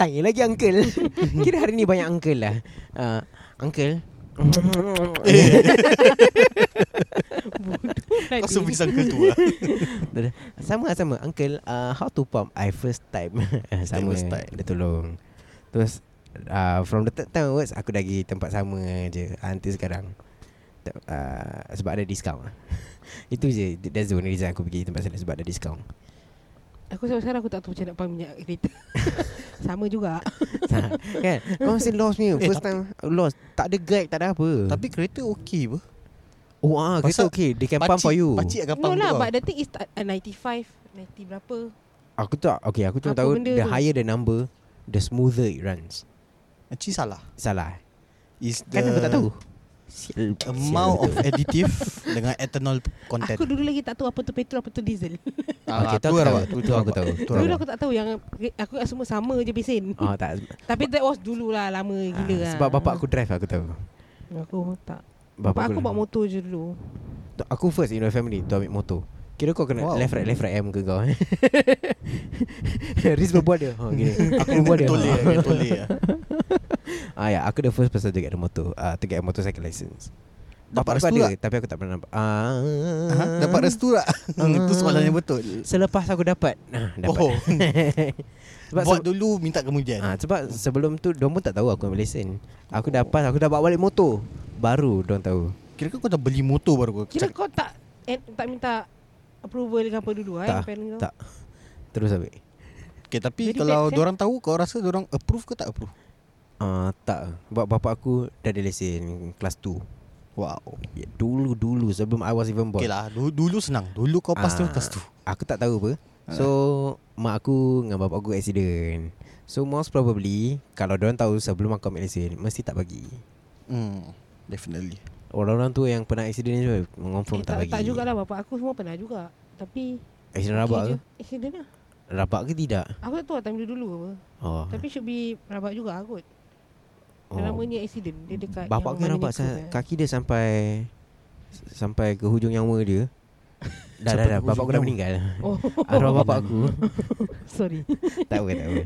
Speaker 1: Tanya lagi uncle Kira hari ni banyak uncle lah uh, Uncle Eh,
Speaker 2: Bodoh lah
Speaker 3: Kau
Speaker 2: ni.
Speaker 3: service uncle tu lah
Speaker 1: Hmm. Dia dah, Sama sama Uncle uh, How to pump I first time Sama
Speaker 3: first time.
Speaker 1: Dia tolong Terus uh, From the third time onwards Aku dah pergi tempat sama je Until sekarang Te- uh, Sebab ada discount lah. Itu je That's the only reason Aku pergi tempat sana Sebab ada discount
Speaker 2: Aku sampai sekarang Aku tak tahu macam nak pam minyak kereta Sama juga
Speaker 1: Kan Kau mesti lost ni
Speaker 3: Eh,
Speaker 1: First time Lost Tak ada guide Tak ada apa
Speaker 3: Tapi kereta okey apa
Speaker 1: Oh ah, Kereta
Speaker 3: Pasal
Speaker 1: okay They can pump for you
Speaker 3: Pakcik akan pump
Speaker 2: No lah
Speaker 3: kau.
Speaker 2: but the thing is tak- uh, 95 90 berapa
Speaker 1: Aku tak Okay aku cuma
Speaker 2: Apa
Speaker 1: tahu
Speaker 2: benda
Speaker 1: The
Speaker 2: tu?
Speaker 1: higher the number The smoother it runs
Speaker 3: Pakcik salah
Speaker 1: Salah
Speaker 3: Is the
Speaker 1: Kan aku tak tahu Sial-
Speaker 3: Amount
Speaker 1: sial
Speaker 3: of additive Dengan ethanol content
Speaker 2: Aku dulu lagi tak tahu Apa tu petrol Apa tu diesel
Speaker 1: Okay, tu
Speaker 3: Ah, tu
Speaker 1: aku
Speaker 3: rabak,
Speaker 1: tahu.
Speaker 3: tu-
Speaker 1: Tu
Speaker 3: tu
Speaker 1: aku
Speaker 3: rabak.
Speaker 1: tahu.
Speaker 3: Tu
Speaker 1: Tu
Speaker 2: Dulu
Speaker 1: rabak.
Speaker 2: aku tak tahu Yang Aku ingat semua sama je pesen
Speaker 1: Oh tak ah,
Speaker 2: Tapi that was dulu lah Lama gila lah
Speaker 1: Sebab bapak aku drive aku tahu
Speaker 2: Aku tak Bapak aku bawa motor je dulu
Speaker 1: Tu- Aku first in the family Tu ambil motor Kira kau kena wow.
Speaker 3: Wow.
Speaker 1: left right left right M ke kau eh? Riz berbual dia ha, gini. Aku berbual dia ya,
Speaker 3: Toleh
Speaker 1: ha.
Speaker 3: lah, Toleh lah
Speaker 1: ah, ya, Aku the first person to get the motor uh, To get a motorcycle license Bapak
Speaker 3: Dapat
Speaker 1: aku
Speaker 3: restu
Speaker 1: ada
Speaker 3: tak?
Speaker 1: Tapi aku tak pernah nampak ah,
Speaker 3: Ha? Dapat restu tak? Itu soalan yang betul
Speaker 1: Selepas aku dapat nah, Hmm. Dapat
Speaker 3: Oh.
Speaker 1: Sebab
Speaker 3: Buat dulu minta kemudian
Speaker 1: Ah, sebab sebelum tu Diorang pun tak tahu aku ambil lesen Aku dah pas Aku dah bawa balik motor Baru diorang tahu
Speaker 3: Kira kan kau dah beli motor baru kau
Speaker 2: Kira kau
Speaker 3: cakap-
Speaker 2: tak eh, tak minta approval ke apa dulu eh
Speaker 1: Tak
Speaker 2: parent kau?
Speaker 1: Tak Terus ambil
Speaker 3: okay, Tapi
Speaker 2: Very
Speaker 3: kalau
Speaker 2: bad, eh?
Speaker 3: orang tahu Kau rasa orang approve ke tak approve?
Speaker 1: Ah, tak Sebab bapak aku Dah ada lesen Kelas 2
Speaker 3: Wow
Speaker 1: Ya, Dulu dulu Sebelum I was even born
Speaker 3: Okay lah dulu, dulu senang Dulu kau pas tu
Speaker 1: Ah,
Speaker 3: Lepas tu
Speaker 1: Aku tak tahu apa
Speaker 3: Ah.
Speaker 1: So Mak aku dengan bapak aku accident So most probably Kalau diorang tahu sebelum aku ambil lesen Mesti tak bagi
Speaker 3: hmm, Definitely
Speaker 1: Orang-orang tu yang pernah accident ni semua Confirm
Speaker 2: Eh, tak,
Speaker 1: tak, bagi
Speaker 2: tak jugalah bapak aku semua pernah juga. Tapi
Speaker 1: Accident rabak ke?
Speaker 2: Eh, dia lah.
Speaker 1: Rabak ke tidak?
Speaker 2: Aku tak tahu lah time dulu dulu apa.
Speaker 1: Oh.
Speaker 2: Tapi should be rabak juga lah aku.
Speaker 1: oh.
Speaker 2: Oh. Namanya accident dia dekat
Speaker 1: Bapak aku
Speaker 2: yang
Speaker 1: rabak
Speaker 2: Mandalika
Speaker 1: sa-
Speaker 2: tu, eh.
Speaker 1: kaki dia sampai Sampai ke hujung nyawa dia Dah dah
Speaker 3: Sampai
Speaker 1: dah Bapak
Speaker 3: ke
Speaker 1: aku
Speaker 3: hujung
Speaker 1: dah
Speaker 3: nyawa.
Speaker 1: meninggal
Speaker 2: Oh,
Speaker 1: Arwah bapak aku
Speaker 2: sorry.
Speaker 1: Tak apa tak apa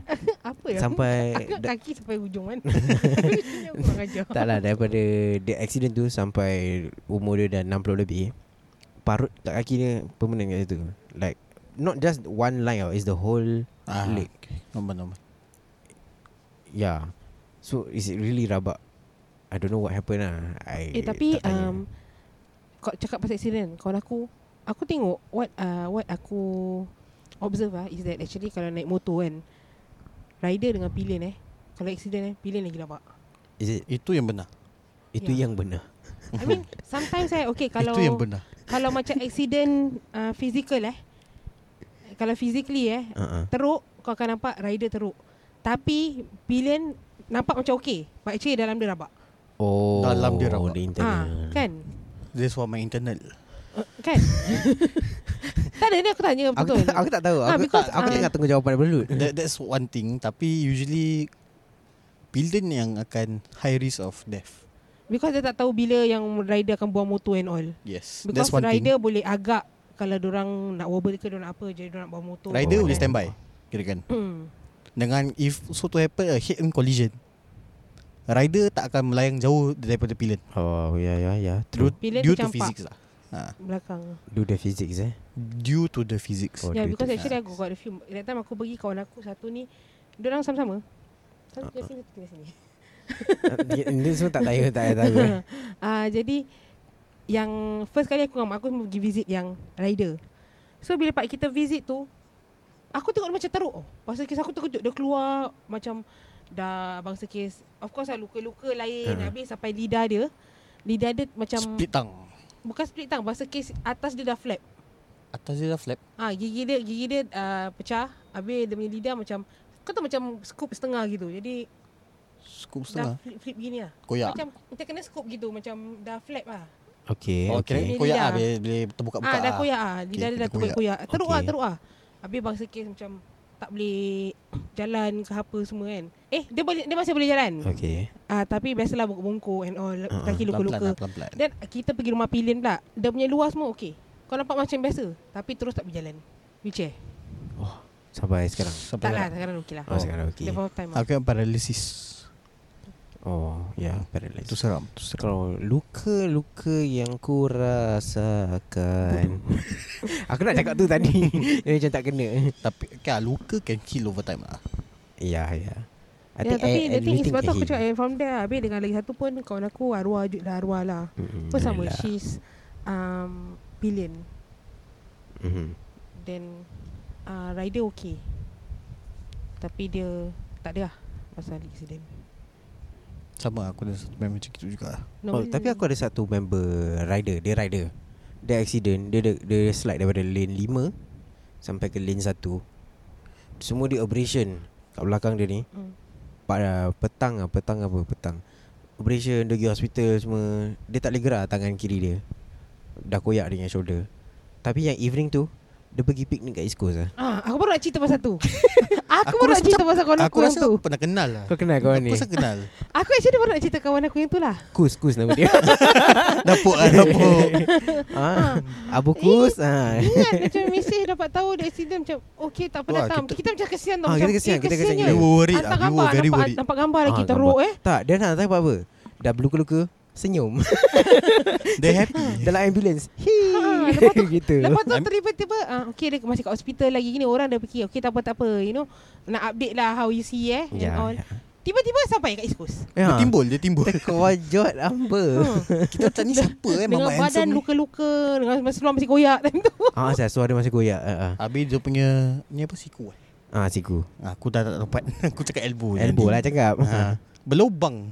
Speaker 2: apa ya?
Speaker 1: Sampai
Speaker 2: aku,
Speaker 1: da-
Speaker 2: kaki sampai hujung kan. Aku Kurang ajar.
Speaker 1: Tak lah daripada The accident tu Sampai umur dia dah 60 lebih Parut kat kaki dia Permanent kat situ Like Not just one line tau It's the whole
Speaker 3: ah,
Speaker 1: Leg.
Speaker 3: Nombor nombor
Speaker 1: Yeah So it's really rabak I don't know what happened lah I
Speaker 2: Eh tapi
Speaker 1: tak tanya.
Speaker 2: um, kau cakap pasal accident Kawan aku Aku tengok What uh, what aku Observe lah Is that actually Kalau naik motor kan Rider dengan pilihan eh Kalau accident eh Pilihan lagi labak
Speaker 1: Is it
Speaker 3: Itu yang benar
Speaker 1: Itu
Speaker 2: Yeah.
Speaker 1: yang benar
Speaker 2: I mean Sometimes eh Okay kalau
Speaker 3: Itu yang benar
Speaker 2: Kalau macam accident uh, Physical eh Kalau physically eh
Speaker 1: uh-uh.
Speaker 2: Teruk Kau akan nampak Rider teruk Tapi Pilihan Nampak macam okay But actually dalam dia rabak
Speaker 1: Oh
Speaker 3: Dalam dia rabak.
Speaker 1: The
Speaker 2: ha,
Speaker 1: internal
Speaker 2: Kan
Speaker 3: This one my internal
Speaker 2: Uh, Kan Tak ada ni aku tanya
Speaker 1: Aku,
Speaker 2: betul
Speaker 1: tak, aku tak tahu
Speaker 2: Ah,
Speaker 1: Aku,
Speaker 2: because,
Speaker 1: tak, aku
Speaker 2: ah,
Speaker 1: tengah tunggu jawapan daripada Lut
Speaker 3: That, That's one thing Tapi usually Pilden yang akan High risk of death
Speaker 2: Because dia tak tahu bila yang rider akan buang motor and all.
Speaker 3: Yes
Speaker 2: Because
Speaker 3: That's one
Speaker 2: rider
Speaker 3: thing
Speaker 2: boleh agak kalau orang nak wobble ke orang apa jadi orang nak buang motor.
Speaker 3: Rider
Speaker 1: Oh.
Speaker 3: boleh standby Kira kan
Speaker 2: Hmm.
Speaker 3: Dengan if so to happen a hit and collision rider tak akan melayang jauh daripada pilot
Speaker 1: Oh ya ya ya
Speaker 3: due,
Speaker 1: True
Speaker 2: Pilot
Speaker 3: due to
Speaker 2: tercampak.
Speaker 3: physics lah ha.
Speaker 2: Belakang.
Speaker 1: Do the physics eh
Speaker 3: due to the physics
Speaker 1: Oh,
Speaker 2: Oh, yeah,
Speaker 1: dia
Speaker 2: because
Speaker 1: tu.
Speaker 2: actually aku got a few. That time aku pergi kawan aku satu ni, dia orang sama-sama.
Speaker 3: ah.
Speaker 2: Satu tinggal sini, satu tinggal sini.
Speaker 1: Ah, dia- Dia semua tak tahu Tak payah tahu eh.
Speaker 2: Ah jadi yang first kali aku dengan mak aku semua pergi visit yang rider. So bila pak kita visit tu aku tengok dia macam teruk. Oh, pasal kes aku terkejut dia keluar macam dah bangsa kes. Of course lah luka-luka lain
Speaker 1: Ha.
Speaker 2: habis sampai lidah dia. Lidah dia macam
Speaker 3: Ah. split tongue
Speaker 2: bukan split tang bangsa kes atas dia dah flap.
Speaker 3: atas dia dah flap
Speaker 2: Ah gigi dia gigi dia uh, pecah. Habis dia punya lidah macam kau tahu macam scoop setengah gitu. Jadi
Speaker 3: scoop
Speaker 2: dah
Speaker 3: setengah Ya.
Speaker 2: flip, flip gini lah.
Speaker 3: koyak
Speaker 2: Macam kita kena scoop gitu macam dah flap lah.
Speaker 1: Okay, Eh,
Speaker 3: oh,
Speaker 1: okay.
Speaker 3: kira
Speaker 2: Dia
Speaker 3: koyak lah
Speaker 2: lidah.
Speaker 3: bila, bila terbuka-buka
Speaker 2: Ah, dah
Speaker 3: lah.
Speaker 2: koyak ah. Lidah
Speaker 3: Okey,
Speaker 2: dia dah
Speaker 3: dia
Speaker 2: terkoyak
Speaker 3: koyak.
Speaker 2: koyak. Teruk ah,
Speaker 1: Okey.
Speaker 2: teruk ah. Habis bangsa kes macam tak boleh jalan ke apa semua kan. Eh, dia boleh dia masih boleh jalan.
Speaker 1: Okay
Speaker 2: Ah, tapi biasalah bongkok-bongkok and all
Speaker 1: Ah,
Speaker 2: kaki
Speaker 3: pelan-pelan lah
Speaker 2: luka-luka.
Speaker 3: pelan-pelan
Speaker 2: Dan kita pergi rumah pilihan pula. Dia punya luar semua okey. Kau nampak macam biasa, tapi terus tak berjalan. Wheelchair.
Speaker 1: Sampai sekarang
Speaker 2: eh? Tak
Speaker 3: sampai
Speaker 2: lah,
Speaker 3: lah
Speaker 2: sekarang okey lah.
Speaker 1: Oh, sekarang okey.
Speaker 2: Dia for time lah.
Speaker 3: aku yang paralisis
Speaker 1: Oh ya yeah, paralyzed
Speaker 3: itu seram itu seram
Speaker 1: Kalau luka-luka yang ku rasakan Aku nak cakap tu tadi Dia macam tak kena
Speaker 3: tapi okay, lah, luka can heal over time lah
Speaker 1: Ya ya I
Speaker 2: Ya, tapi the thing is
Speaker 1: everything
Speaker 2: sebab tu
Speaker 1: can
Speaker 2: aku
Speaker 1: heal.
Speaker 2: cakap eh, from there Habis dengan lagi satu pun Kawan aku arwah Jud lah arwah lah
Speaker 1: Mm-mm,
Speaker 2: Pun sama
Speaker 1: yelah.
Speaker 2: She's um, Pillion
Speaker 1: Mhm.
Speaker 2: Then uh, Rider okay Tapi dia Tak ada lah Pasal accident
Speaker 3: sama lah, aku ada satu memang macam itu juga lah.
Speaker 1: Oh, tapi aku ada satu member rider, dia rider. Dia accident, dia dia, dia slide daripada lane 5 sampai ke lane 1. Semua dia abrasion kat belakang dia ni.
Speaker 2: Hmm.
Speaker 1: Pada petang ah, petang apa petang. Abrasion dia pergi hospital semua. Dia tak boleh gerak tangan kiri dia. Dah koyak dia dengan shoulder. Tapi yang evening tu dia pergi piknik kat East Coast lah.
Speaker 2: ah, Aku baru nak cerita pasal tu Aku,
Speaker 3: Aku
Speaker 2: baru nak
Speaker 3: rasa
Speaker 2: cerita pasal kawan aku,
Speaker 3: aku
Speaker 2: yang
Speaker 3: rasa
Speaker 2: tu
Speaker 3: pernah kenal lah
Speaker 1: Kau kenal kawan
Speaker 3: aku
Speaker 1: ni?
Speaker 3: rasa kenal
Speaker 2: Aku actually baru nak cerita kawan aku yang tu lah
Speaker 1: Kus, Kus nama dia.
Speaker 3: dapur lah dapur
Speaker 1: ha, Abu Kus. Ha.
Speaker 2: Ingat macam mesej dapat tahu Dia accident macam Okay tak apa
Speaker 3: Wah,
Speaker 2: datang
Speaker 3: kita-
Speaker 2: Kita macam kesian tau
Speaker 1: Ah,
Speaker 2: macam,
Speaker 1: kita kesian,
Speaker 2: eh,
Speaker 1: kita kesian
Speaker 2: kesiannya.
Speaker 1: gila.
Speaker 3: We were worried
Speaker 2: Hantar
Speaker 3: ah, we were
Speaker 2: gambar
Speaker 3: very
Speaker 2: nampak,
Speaker 3: worried.
Speaker 2: nampak gambar lagi
Speaker 1: Ah,
Speaker 2: teruk
Speaker 1: gambar.
Speaker 2: eh
Speaker 1: Tak, dia nak tak apa-apa. Dah berluka-luka, Senyum
Speaker 3: They happy
Speaker 1: Dalam ambulans
Speaker 2: Hmm. Ha,
Speaker 1: Hei
Speaker 2: lepas tu-
Speaker 1: Gitu
Speaker 2: Lepas tu
Speaker 3: I'm-
Speaker 2: tiba-tiba ah, Okay dia masih kat hospital lagi gini Orang dah fikir Okay tak apa tak apa You know Nak update lah How you see eh and
Speaker 1: Ya,
Speaker 2: all.
Speaker 1: ya.
Speaker 2: Tiba-tiba sampai kat East Coast
Speaker 1: Ya.
Speaker 3: Dia timbul Dia timbul
Speaker 1: Terkewajut apa
Speaker 2: Hmm.
Speaker 3: Kita macam ni siapa eh
Speaker 2: Dengan
Speaker 3: Mamat
Speaker 2: badan
Speaker 3: handsome ni
Speaker 2: luka-luka Dengan seluar masih goyak time tu
Speaker 1: Ah, saya suara dia masih goyak. Ah, ah.
Speaker 3: Habis dia punya Ni apa siku eh
Speaker 1: ah siku.
Speaker 3: Aku dah tak dapat Aku cakap elbow je
Speaker 1: Elbow
Speaker 3: nanti.
Speaker 1: lah cakap.
Speaker 3: ha. Berlubang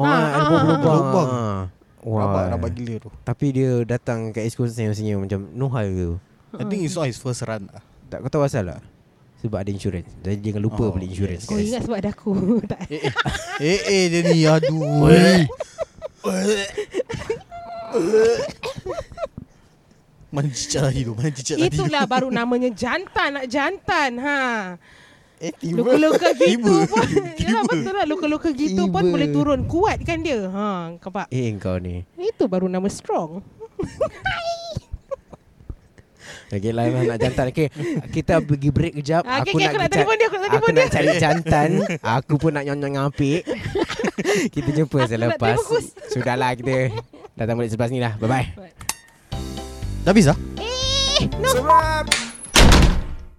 Speaker 1: Oh,
Speaker 2: Ah, ah,
Speaker 1: elbow
Speaker 2: ah, ah.
Speaker 1: berlubang.
Speaker 3: Berlubang.
Speaker 1: Ah. Wah.
Speaker 3: Rabak Rabak gila tu
Speaker 1: Tapi dia datang kat East Coast senyum-senyum macam Nuhal tu.
Speaker 3: I think it's not his first run lah
Speaker 1: Tak kau tahu asal tak? Sebab ada insurans. Jadi jangan lupa
Speaker 3: Oh,
Speaker 1: beli insurans.
Speaker 2: Kau
Speaker 1: guys.
Speaker 2: ingat sebab ada aku Tak
Speaker 3: Eh eh Eh eh dia ni Aduh eh. Mana cicak lagi tu Mana cicak lagi tu
Speaker 2: Itulah baru namanya jantan Nak jantan ha.
Speaker 1: Eh,
Speaker 2: Luka-luka gitu
Speaker 3: Tiba.
Speaker 2: pun Yalah betul lah Luka-luka gitu pun
Speaker 1: Tiba.
Speaker 2: boleh turun Kuat kan dia ha, Nampak
Speaker 1: Eh kau ni.
Speaker 2: Itu baru nama strong
Speaker 1: Okay lah lah, nak jantan. Okay. Kita pergi break kejap.
Speaker 2: Ah,
Speaker 1: aku nak
Speaker 2: okay, okay, aku nak
Speaker 1: kecat-
Speaker 2: telefon dia, aku nak
Speaker 1: Aku
Speaker 2: telefon
Speaker 1: nak
Speaker 2: dia.
Speaker 1: cari jantan. aku pun nak nyonyong apik. kita jumpa
Speaker 2: Aku nak
Speaker 1: selepas.
Speaker 2: terfokus.
Speaker 1: Sudahlah kita datang balik selepas ni lah. Bye-bye.
Speaker 3: Dah habis lah
Speaker 2: Eh no
Speaker 1: Sebab